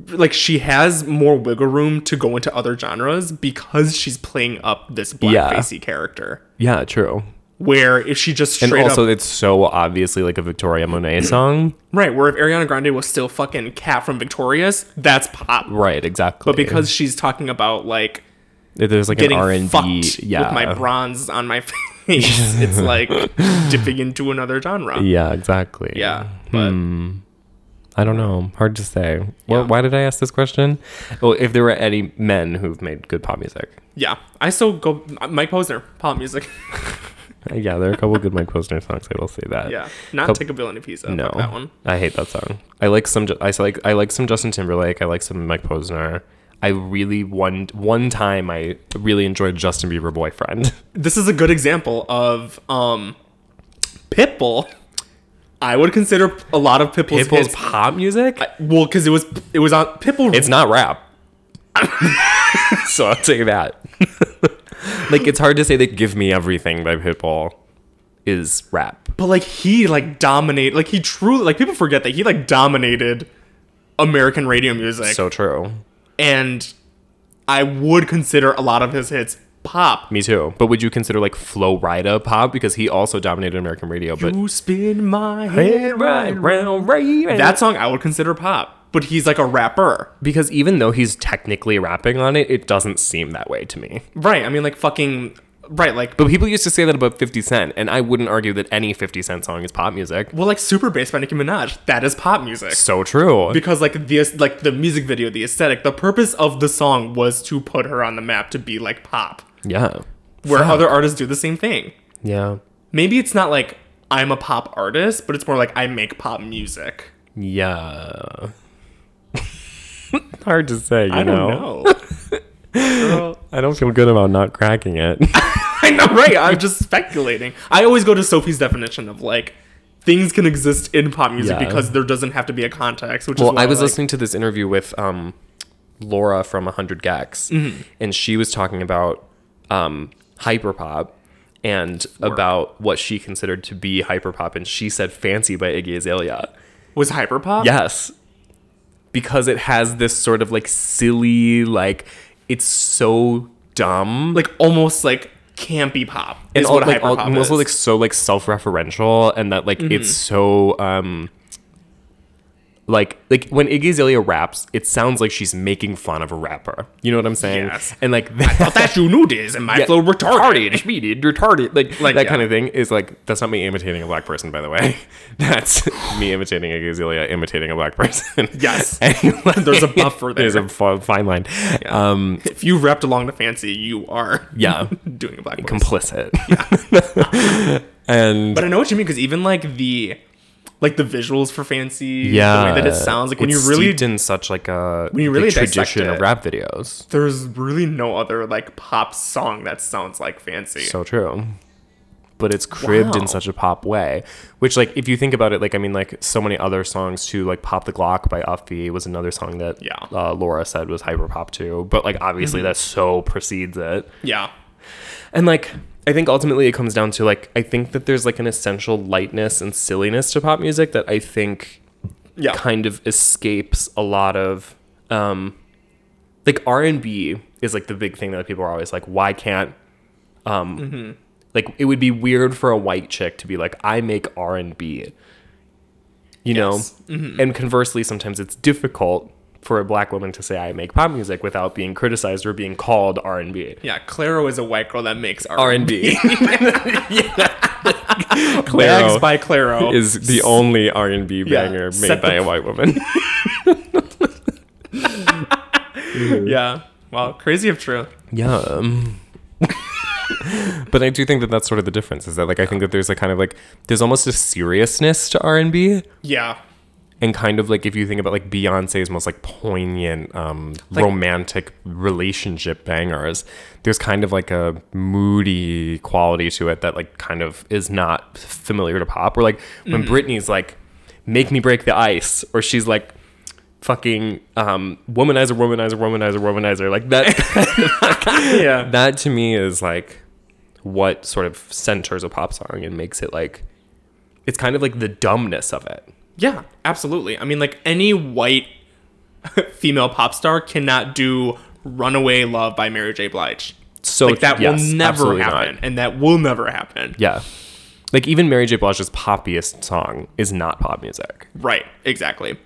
like she has more wiggle room to go into other genres because she's playing up this
Yeah.
black facey character.
Yeah, true.
Where if she just
And
straight
also,
up
it's so obviously like a Victoria Monet song.
right, where if Ariana Grande was still fucking Cat from Victorious, that's pop.
Right, exactly.
But because she's talking about like
there's like an
getting
R and B,
fucked
yeah,
with my bronze on my face. it's like dipping into another genre.
yeah, Hmm. exactly.
Yeah, But
I don't know. Hard to say. Well,
Yeah.
why did I ask this question? Well, if there were any men who've made good pop music,
yeah, I still go Mike Posner, pop music.
Uh, yeah, there are a couple good Mike Posner songs. I will say that.
Yeah, not
Couple-
take a villain pizza.
No,
No, that one.
I hate that song. I like some. Ju- I s- like. I like some Justin Timberlake. I like some Mike Posner. I really one one time I really enjoyed Justin Bieber boyfriend.
This is a good example of um, Pitbull. I would consider a lot of Pitbull's,
Pitbull's
hits-
pop music.
well because it was it was on Pitbull.
It's not rap. so I'll tell you that. like it's hard to say that "Give Me Everything" by Pitbull is rap.
but like he like dominate like he truly like people forget that he like dominated American radio music.
So true.
and I would consider a lot of his hits pop.
Me too. But would you consider like Flo Rida pop because he also dominated American radio? But
You spin my head right round.
round, right.
That song I would consider pop, but he's like a rapper,
because even though he's technically rapping on it, it doesn't seem that way to me.
right? I mean, like fucking right, like
But people used to say that about 50 Cent, and I wouldn't argue that any 50 Cent song is pop music.
well, like Super Bass by Nicki Minaj. That is pop music
So true.
because like the like the music video, the aesthetic, the purpose of the song was to put her on the map to be like pop,
yeah.
where other artists do the same thing.
Yeah.
Maybe it's not like I'm a pop artist, but it's more like I make pop music.
Yeah. Hard to say, you
I don't know. Girl.
I don't feel good about not cracking it.
I know, right? I'm just speculating. I always go to Sophie's definition of like things can exist in pop music
Yeah.
because there doesn't have to be a context. Which is
well,
why
I was
like-
listening to this interview with um, Laura from 100 Gex, and she was talking about um, hyperpop and about what she considered to be hyperpop, and she said "Fancy" by Iggy Azalea.
Was hyperpop?
Yes. Because it has this sort of like silly, like it's so dumb.
like almost like campy pop. Is
and all,
what
like all,
hyperpop is. Mm-hmm.
also like so like self-referential and that like it's so um like like when Iggy Azalea raps, it sounds like she's making fun of a rapper. You know what I'm saying?
Yes.
And like
Thought that you knew this, and my
Yeah.
flow retarded.
Retarded, retarded, like,
Like,
that
yeah.
kind of thing is like that's not me imitating a black person, by the way. That's me imitating a gazillia, imitating a black person.
Yes.
Anyway.
There's a buffer there.
There's a fi- fine line. Um,
If you rapped along to fancy, you are
yeah,
doing a black voice.
complicit. and
But I know what you mean because even like the like the visuals for fancy,
yeah,
the way that it sounds like when
it's
you really
steeped in such like a
when you
the
really dissect
tradition of
it.
rap videos.
there's really no other like pop song that sounds like fancy.
So true. But it's cribbed
Wow.
in such a pop way, which like if you think about it, like I mean, like so many other songs too, like "Pop the Glock" by Uffy was another song that
Yeah. Mm-hmm.
uh, Laura said was hyper pop too. But like obviously that so precedes it,
yeah.
and like I think ultimately it comes down to like I think that there's like an essential lightness and silliness to pop music that I think
Yeah.
kind of escapes a lot of um like R&B is like the big thing that people are always like why can't um
Mm-hmm.
like it would be weird for a white chick to be like I make R&B you
Yes. Mm-hmm.
know? And conversely, sometimes it's difficult for a black woman to say I make pop music without being criticized or being called R&B.
Yeah, Claro is a white girl that makes R and
R&B
Bags by Claro
is the only R&B banger made
set
by
the-
a white woman.
yeah. Well, crazy if true.
Yeah. um, but I do think that that's sort of the difference is that like I think that there's a kind of like there's almost a seriousness to R and B
Yeah.
and kind of like if you think about like Beyonce's most like poignant um romantic relationship bangers, there's kind of like a moody quality to it that like kind of is not familiar to pop. Or like when Britney's like, "Make me break the ice," or she's like. Fucking um, womanizer, womanizer, womanizer, womanizer. Like that
Yeah.
that to me is like what sort of centers a pop song and makes it like it's kind of like the dumbness of it.
Yeah, absolutely. I mean, like any white female pop star cannot do "Runaway Love" by Mary J. Blige.
So
like that
yes,
will never
absolutely not.
happen, and that will never happen.
Yeah. Like even Mary J. Blige's poppiest song is not pop music.
Right. Exactly.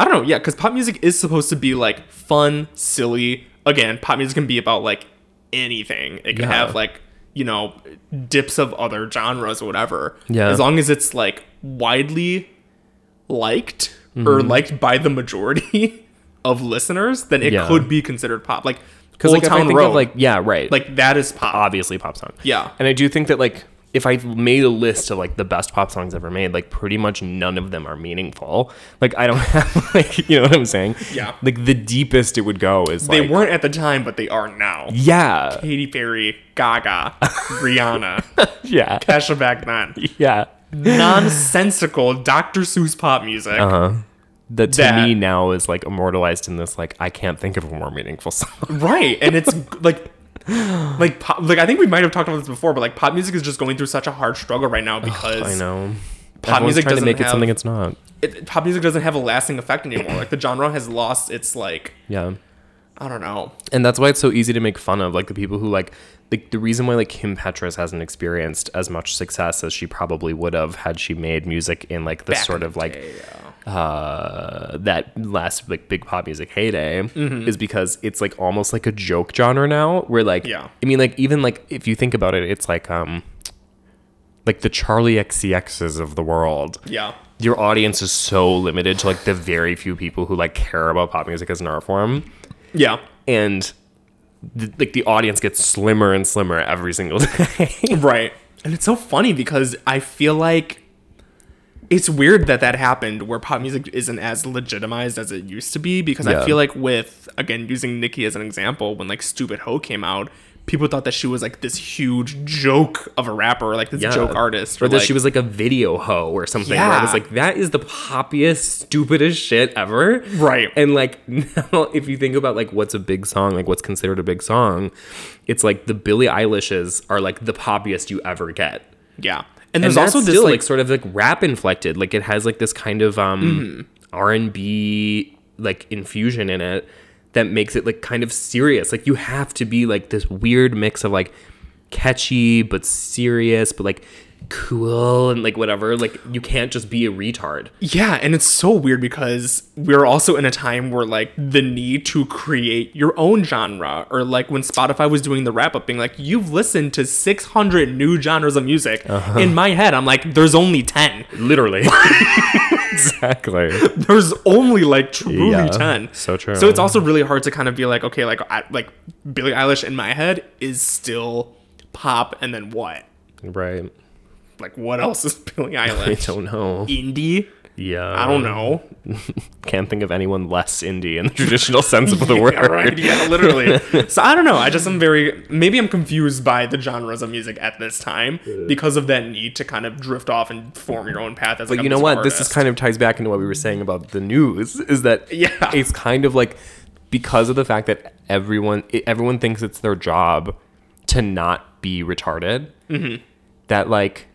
I don't know. Yeah, because pop music is supposed to be like fun, silly. Again, pop music can be about like anything. It can
Yeah.
have like you know dips of other genres or whatever.
Yeah.
As long as it's like widely liked or
Mm-hmm.
liked by the majority of listeners, then it
Yeah.
could be considered pop. Like
Because
Old
like if I
Town
think
Road,
of like yeah right
like that is pop.
obviously pop song.
Yeah.
And I do think that like if I made a list of like the best pop songs ever made, like pretty much none of them are meaningful. Like I don't have like you know what I'm saying?
Yeah.
Like the deepest it would go is
they
like
weren't at the time, but they are now.
Yeah.
Katy Perry, Gaga, Rihanna,
Yeah.
Kesha back then.
Yeah.
nonsensical Dr. Seuss pop music.
Uh-huh. that to
That-
me now is like immortalized in this like I can't think of a more meaningful song.
Right. And it's like like pop, like I think we might have talked about this before, but like pop music is just going through such a hard struggle right now because
I know.
Pop
Everyone's
music
trying to
doesn't
make it
have-
something it's not.
it- pop music doesn't have a lasting effect anymore. like the genre has lost its like
Yeah.
I don't know.
And that's why it's so easy to make fun of like the people who like like the reason why like Kim Petras hasn't experienced as much success as she probably would have had she made music in like the
Back
sort
in
of
the
like
day,
uh that last like big pop music heyday
Mm-hmm.
is because it's like almost like a joke genre now where like
Yeah.
I mean like even like if you think about it it's like um like the Charlie XCXs of the world
Yeah.
your audience is so limited to like the very few people who like care about pop music as an art form
Yeah.
and th- like the audience gets slimmer and slimmer every single day
Right. And it's so funny because I feel like it's weird that that happened where pop music isn't as legitimized as it used to be because
Yeah.
I feel like with again using Nicki as an example when like Stupid Ho came out people thought that she was like this huge joke of a rapper like this joke artist
or, that
like-
she was like a video hoe or something where i was
Yeah.
like that is the poppiest stupidest shit ever
Right.
and like now if you think about like what's a big song like what's considered a big song it's like the billie eilishes are like the poppiest you ever get
yeah and
and
there's
that's
also this
still,
like,
like, sort of like rap inflected like it has like this kind of
Mm-hmm.
um r&b like infusion in it that makes it like kind of serious like you have to be like this weird mix of like catchy but serious but like cool and like whatever like you can't just be a retard
Yeah, and it's so weird because we're also in a time where like the need to create your own genre, or like when Spotify was doing the wrap up, being like, "You've listened to 600 new genres of music."
Uh-huh.
In my head, I'm like, "There's only 10.
literally exactly
There's only like truly
Yeah,
10."
so true.
So it's also really hard to kind of be like, okay, like I, like Billie Eilish in my head is still pop, and then what?
right
Like what else is Billie
i
Eilish?
don't Mm. know
Indie?
yeah
I don't know.
can't think of anyone less indie in the traditional sense of the word
Yeah, right. Yeah, literally. so I don't know. I just am very maybe I'm confused by the genres of music at this time because of that need to kind of drift off and form your own path as.
But you know what? This is kind of ties back into what we were saying about the news. Is that
Yeah.
It's kind of like because of the fact that everyone i- everyone thinks it's their job to not be retarded. That like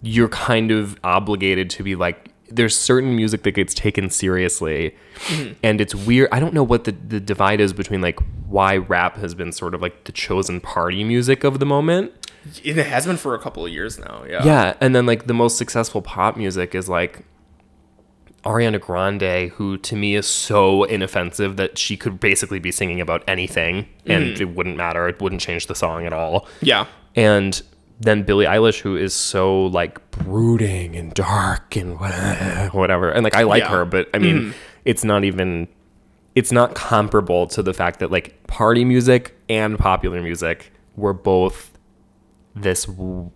you're kind of obligated to be like there's certain music that gets taken seriously and it's weird i don't know what the, the divide is between like why rap has been sort of like the chosen party music of the moment
of it has been for a couple of years now. Yeah.
yeah, and then like the most successful pop music is like Ariana Grande, who to me is so inoffensive that she could basically be singing about anything and it wouldn't matter. It wouldn't change the song at all.
Mm-hmm. Yeah.
And then Billie Eilish, who is so like brooding and dark and whatever. And like I like
Yeah. Mm-hmm.
her, but I mean, it's not even it's not comparable to the fact that like party music and popular music were both this w-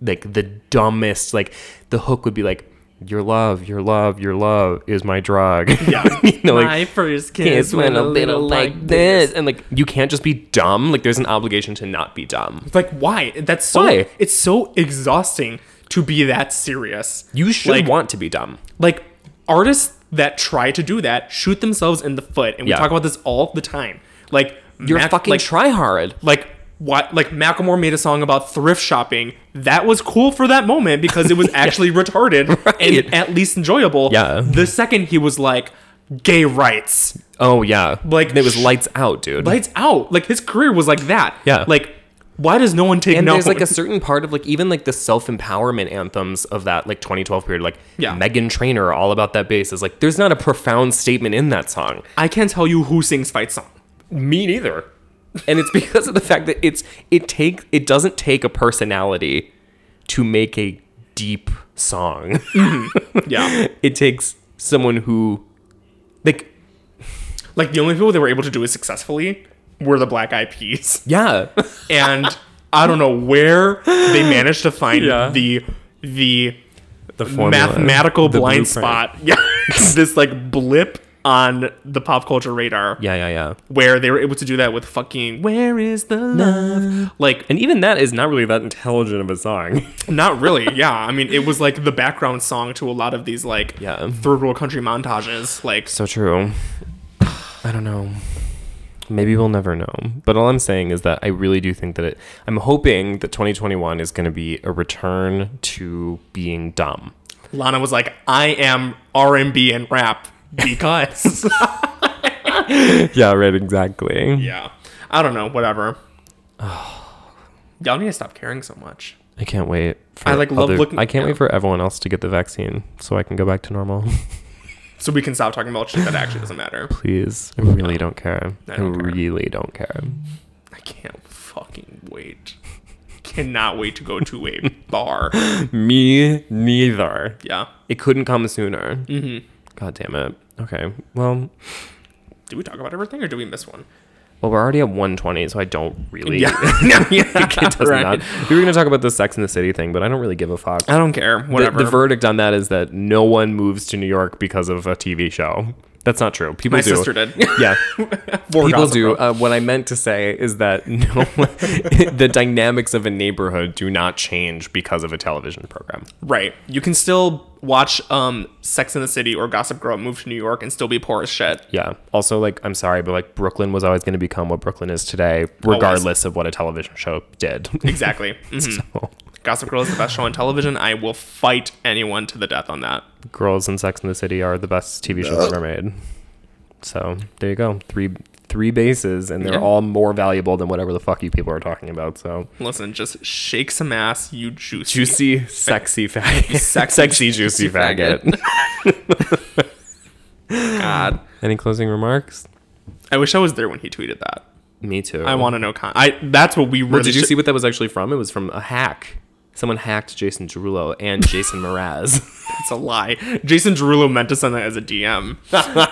like the dumbest like the hook would be like your love your love your love is my drug yeah you know like
My first kiss,
kiss
went
went a little like this and like you can't just be dumb like there's an obligation to not be dumb
Like why? That's so.
Why?
It's so exhausting to be that serious.
you should
Like-
want to be dumb
like artists that try to do that shoot themselves in the foot, and we
Yeah.
talk about this all the time. Like
you're
Mac-
fucking
like,
try hard
like what like Macklemore made a song about thrift shopping. That was cool for that moment because it was actually retarded
Right.
and at least enjoyable.
Yeah.
The second he was like gay rights,
oh yeah
Like,
it was
sh-
lights out dude
lights out. Like his career was like that.
Yeah.
Like why does no one take
and
note?
there's like a certain part of like even like the self empowerment anthems of that like 2012 period, like
Yeah.
Megan Trainor, all about that bass is like there's not a profound statement in that song.
I can't tell you who sings fight song.
Me neither. and it's because of the fact that it's it takes it doesn't take a personality to make a deep song. Mm-hmm.
Yeah.
it takes someone who like
like the only people they were able to do it successfully were the Black Eyed Peas.
yeah
and I don't know where they managed to find
Yeah.
the the
the
mathematical
the
blind
blueprint.
spot. Yeah, this like blip on the pop culture radar.
Yeah, yeah, yeah.
where they were able to do that with fucking "Where Is the Love?" Like,
And even that is not really that intelligent of a song.
not really. Yeah, I mean, it was like the background song to a lot of these like
Yeah.
third world country montages. Like,
So true. I don't know. Maybe we'll never know. But all I'm saying is that I really do think that it. I'm hoping that 2021 is going to be a return to being dumb.
Lana was like, "I am R and B and rap because."
Yeah, right. Exactly.
yeah, I don't know. Whatever. Y'all need to stop caring so much.
I can't wait. For
I, like, love
other-
looking-
I can't
yeah.
wait for everyone else to get the vaccine so I can go back to normal.
so we can stop talking about shit that actually doesn't matter.
Please, I really don't care. I,
don't care.
really don't care.
I can't fucking wait. Cannot wait to go to a bar.
Me neither.
Yeah.
It couldn't come sooner. Mm-hmm. God damn it. Okay. Well,
Do we talk about everything or do we miss one?
Well, we're already at 120, so I don't really.
Yeah.
no, yeah, it does
right.
not. We were going to talk about the Sex in the City thing, but I don't really give a fuck.
I don't care.
The,
Whatever.
the verdict on that is that no one moves to New York because of a TV show. That's not true. People
My
do.
sister did.
Yeah.
For
People
Gossip
do.
Girl.
Uh, what I meant to say is that no, the dynamics of a neighborhood do not change because of a television program.
Right. You can still watch um Sex in the City or Gossip Girl move to New York and still be poor as shit.
Yeah. Also, like, I'm sorry, but like, Brooklyn was always going to become what Brooklyn is today, regardless of what a television show did.
Exactly. Mhm.
so.
Gossip Girl is the best show on television. I will fight anyone to the death on that.
Girls and Sex in the City are the best TV shows ever made. So there you go, three three bases, and they're
Yeah.
all more valuable than whatever the fuck you people are talking about. So
Listen, just shake some ass, you juicy.
juicy, sexy faggot,
Sexy,
sexy juicy faggot.
God.
Any closing remarks?
I wish I was there when he tweeted that.
Me too.
I want to know. Con- I that's what we really.
Well, did you
should-
see what that was actually from? It was from a hack. Someone hacked Jason Derulo and Jason Mraz.
That's a lie. Jason Derulo meant to send that as a DM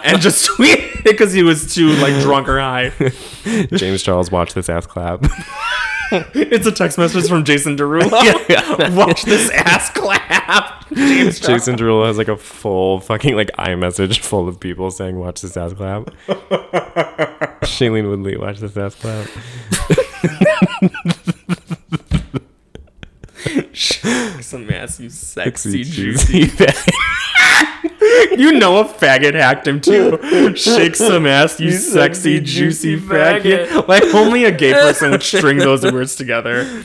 and just tweeted it because he was too like drunk or high.
James Charles watched this ass clap.
It's a text message from Jason Derulo. Watch this ass clap. James Charles.
Jason Derulo has like a full fucking like iMessage full of people saying, "Watch this ass clap." Shailene Woodley, watch this ass clap.
Some ass, you sexy
Sexy,
juicy.
juicy fag.
You know a faggot hacked him too. Shake some ass, you sexy juicy faggot. Like only a gay person would string those words together.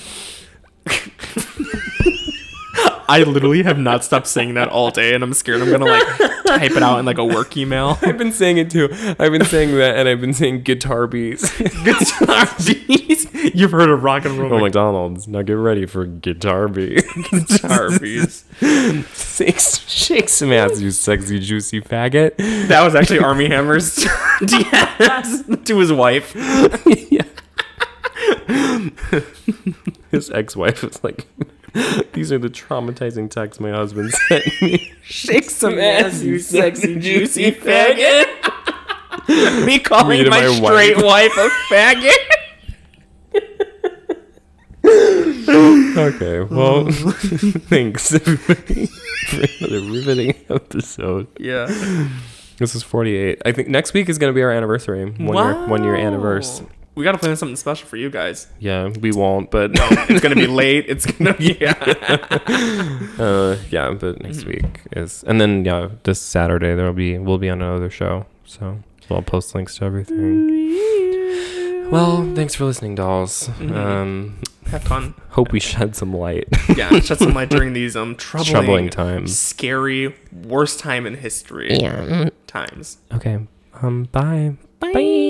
I literally have not stopped saying that all day, and I'm scared I'm gonna like type it out in like a work email.
I've been saying it too. I've been saying that, and I've been saying guitar beats.
Guitar beats. You've heard of rock and roll
Oh, McDonald's. Now get ready for guitar beats.
guitar beats.
Six, shake some ass, you sexy, juicy faggot.
That was actually Army Hammer's DMs to his wife.
His ex-wife was like, "These are the traumatizing texts my husband sent me."
Shake some ass, you sexy, juicy faggot. Me calling
Me to
my,
my wife.
straight wife a faggot.
Okay, well, thanks everybody for another riveting episode.
Yeah.
This is 48. I think next week is going to be our anniversary. One year, one year anniversary.
We gotta plan something special for you guys.
Yeah, we won't, but
It's gonna be late. It's gonna be
uh, yeah, but next week is, and then yeah, this Saturday there will be we'll be on another show, so I'll post links to everything. Well, thanks for listening, dolls. Um,
have fun.
hope we shed some light.
Yeah, shed some light during these um troubling,
Troubling times.
scary, worst time in history. Yeah. Times.
okay, um, bye. Bye.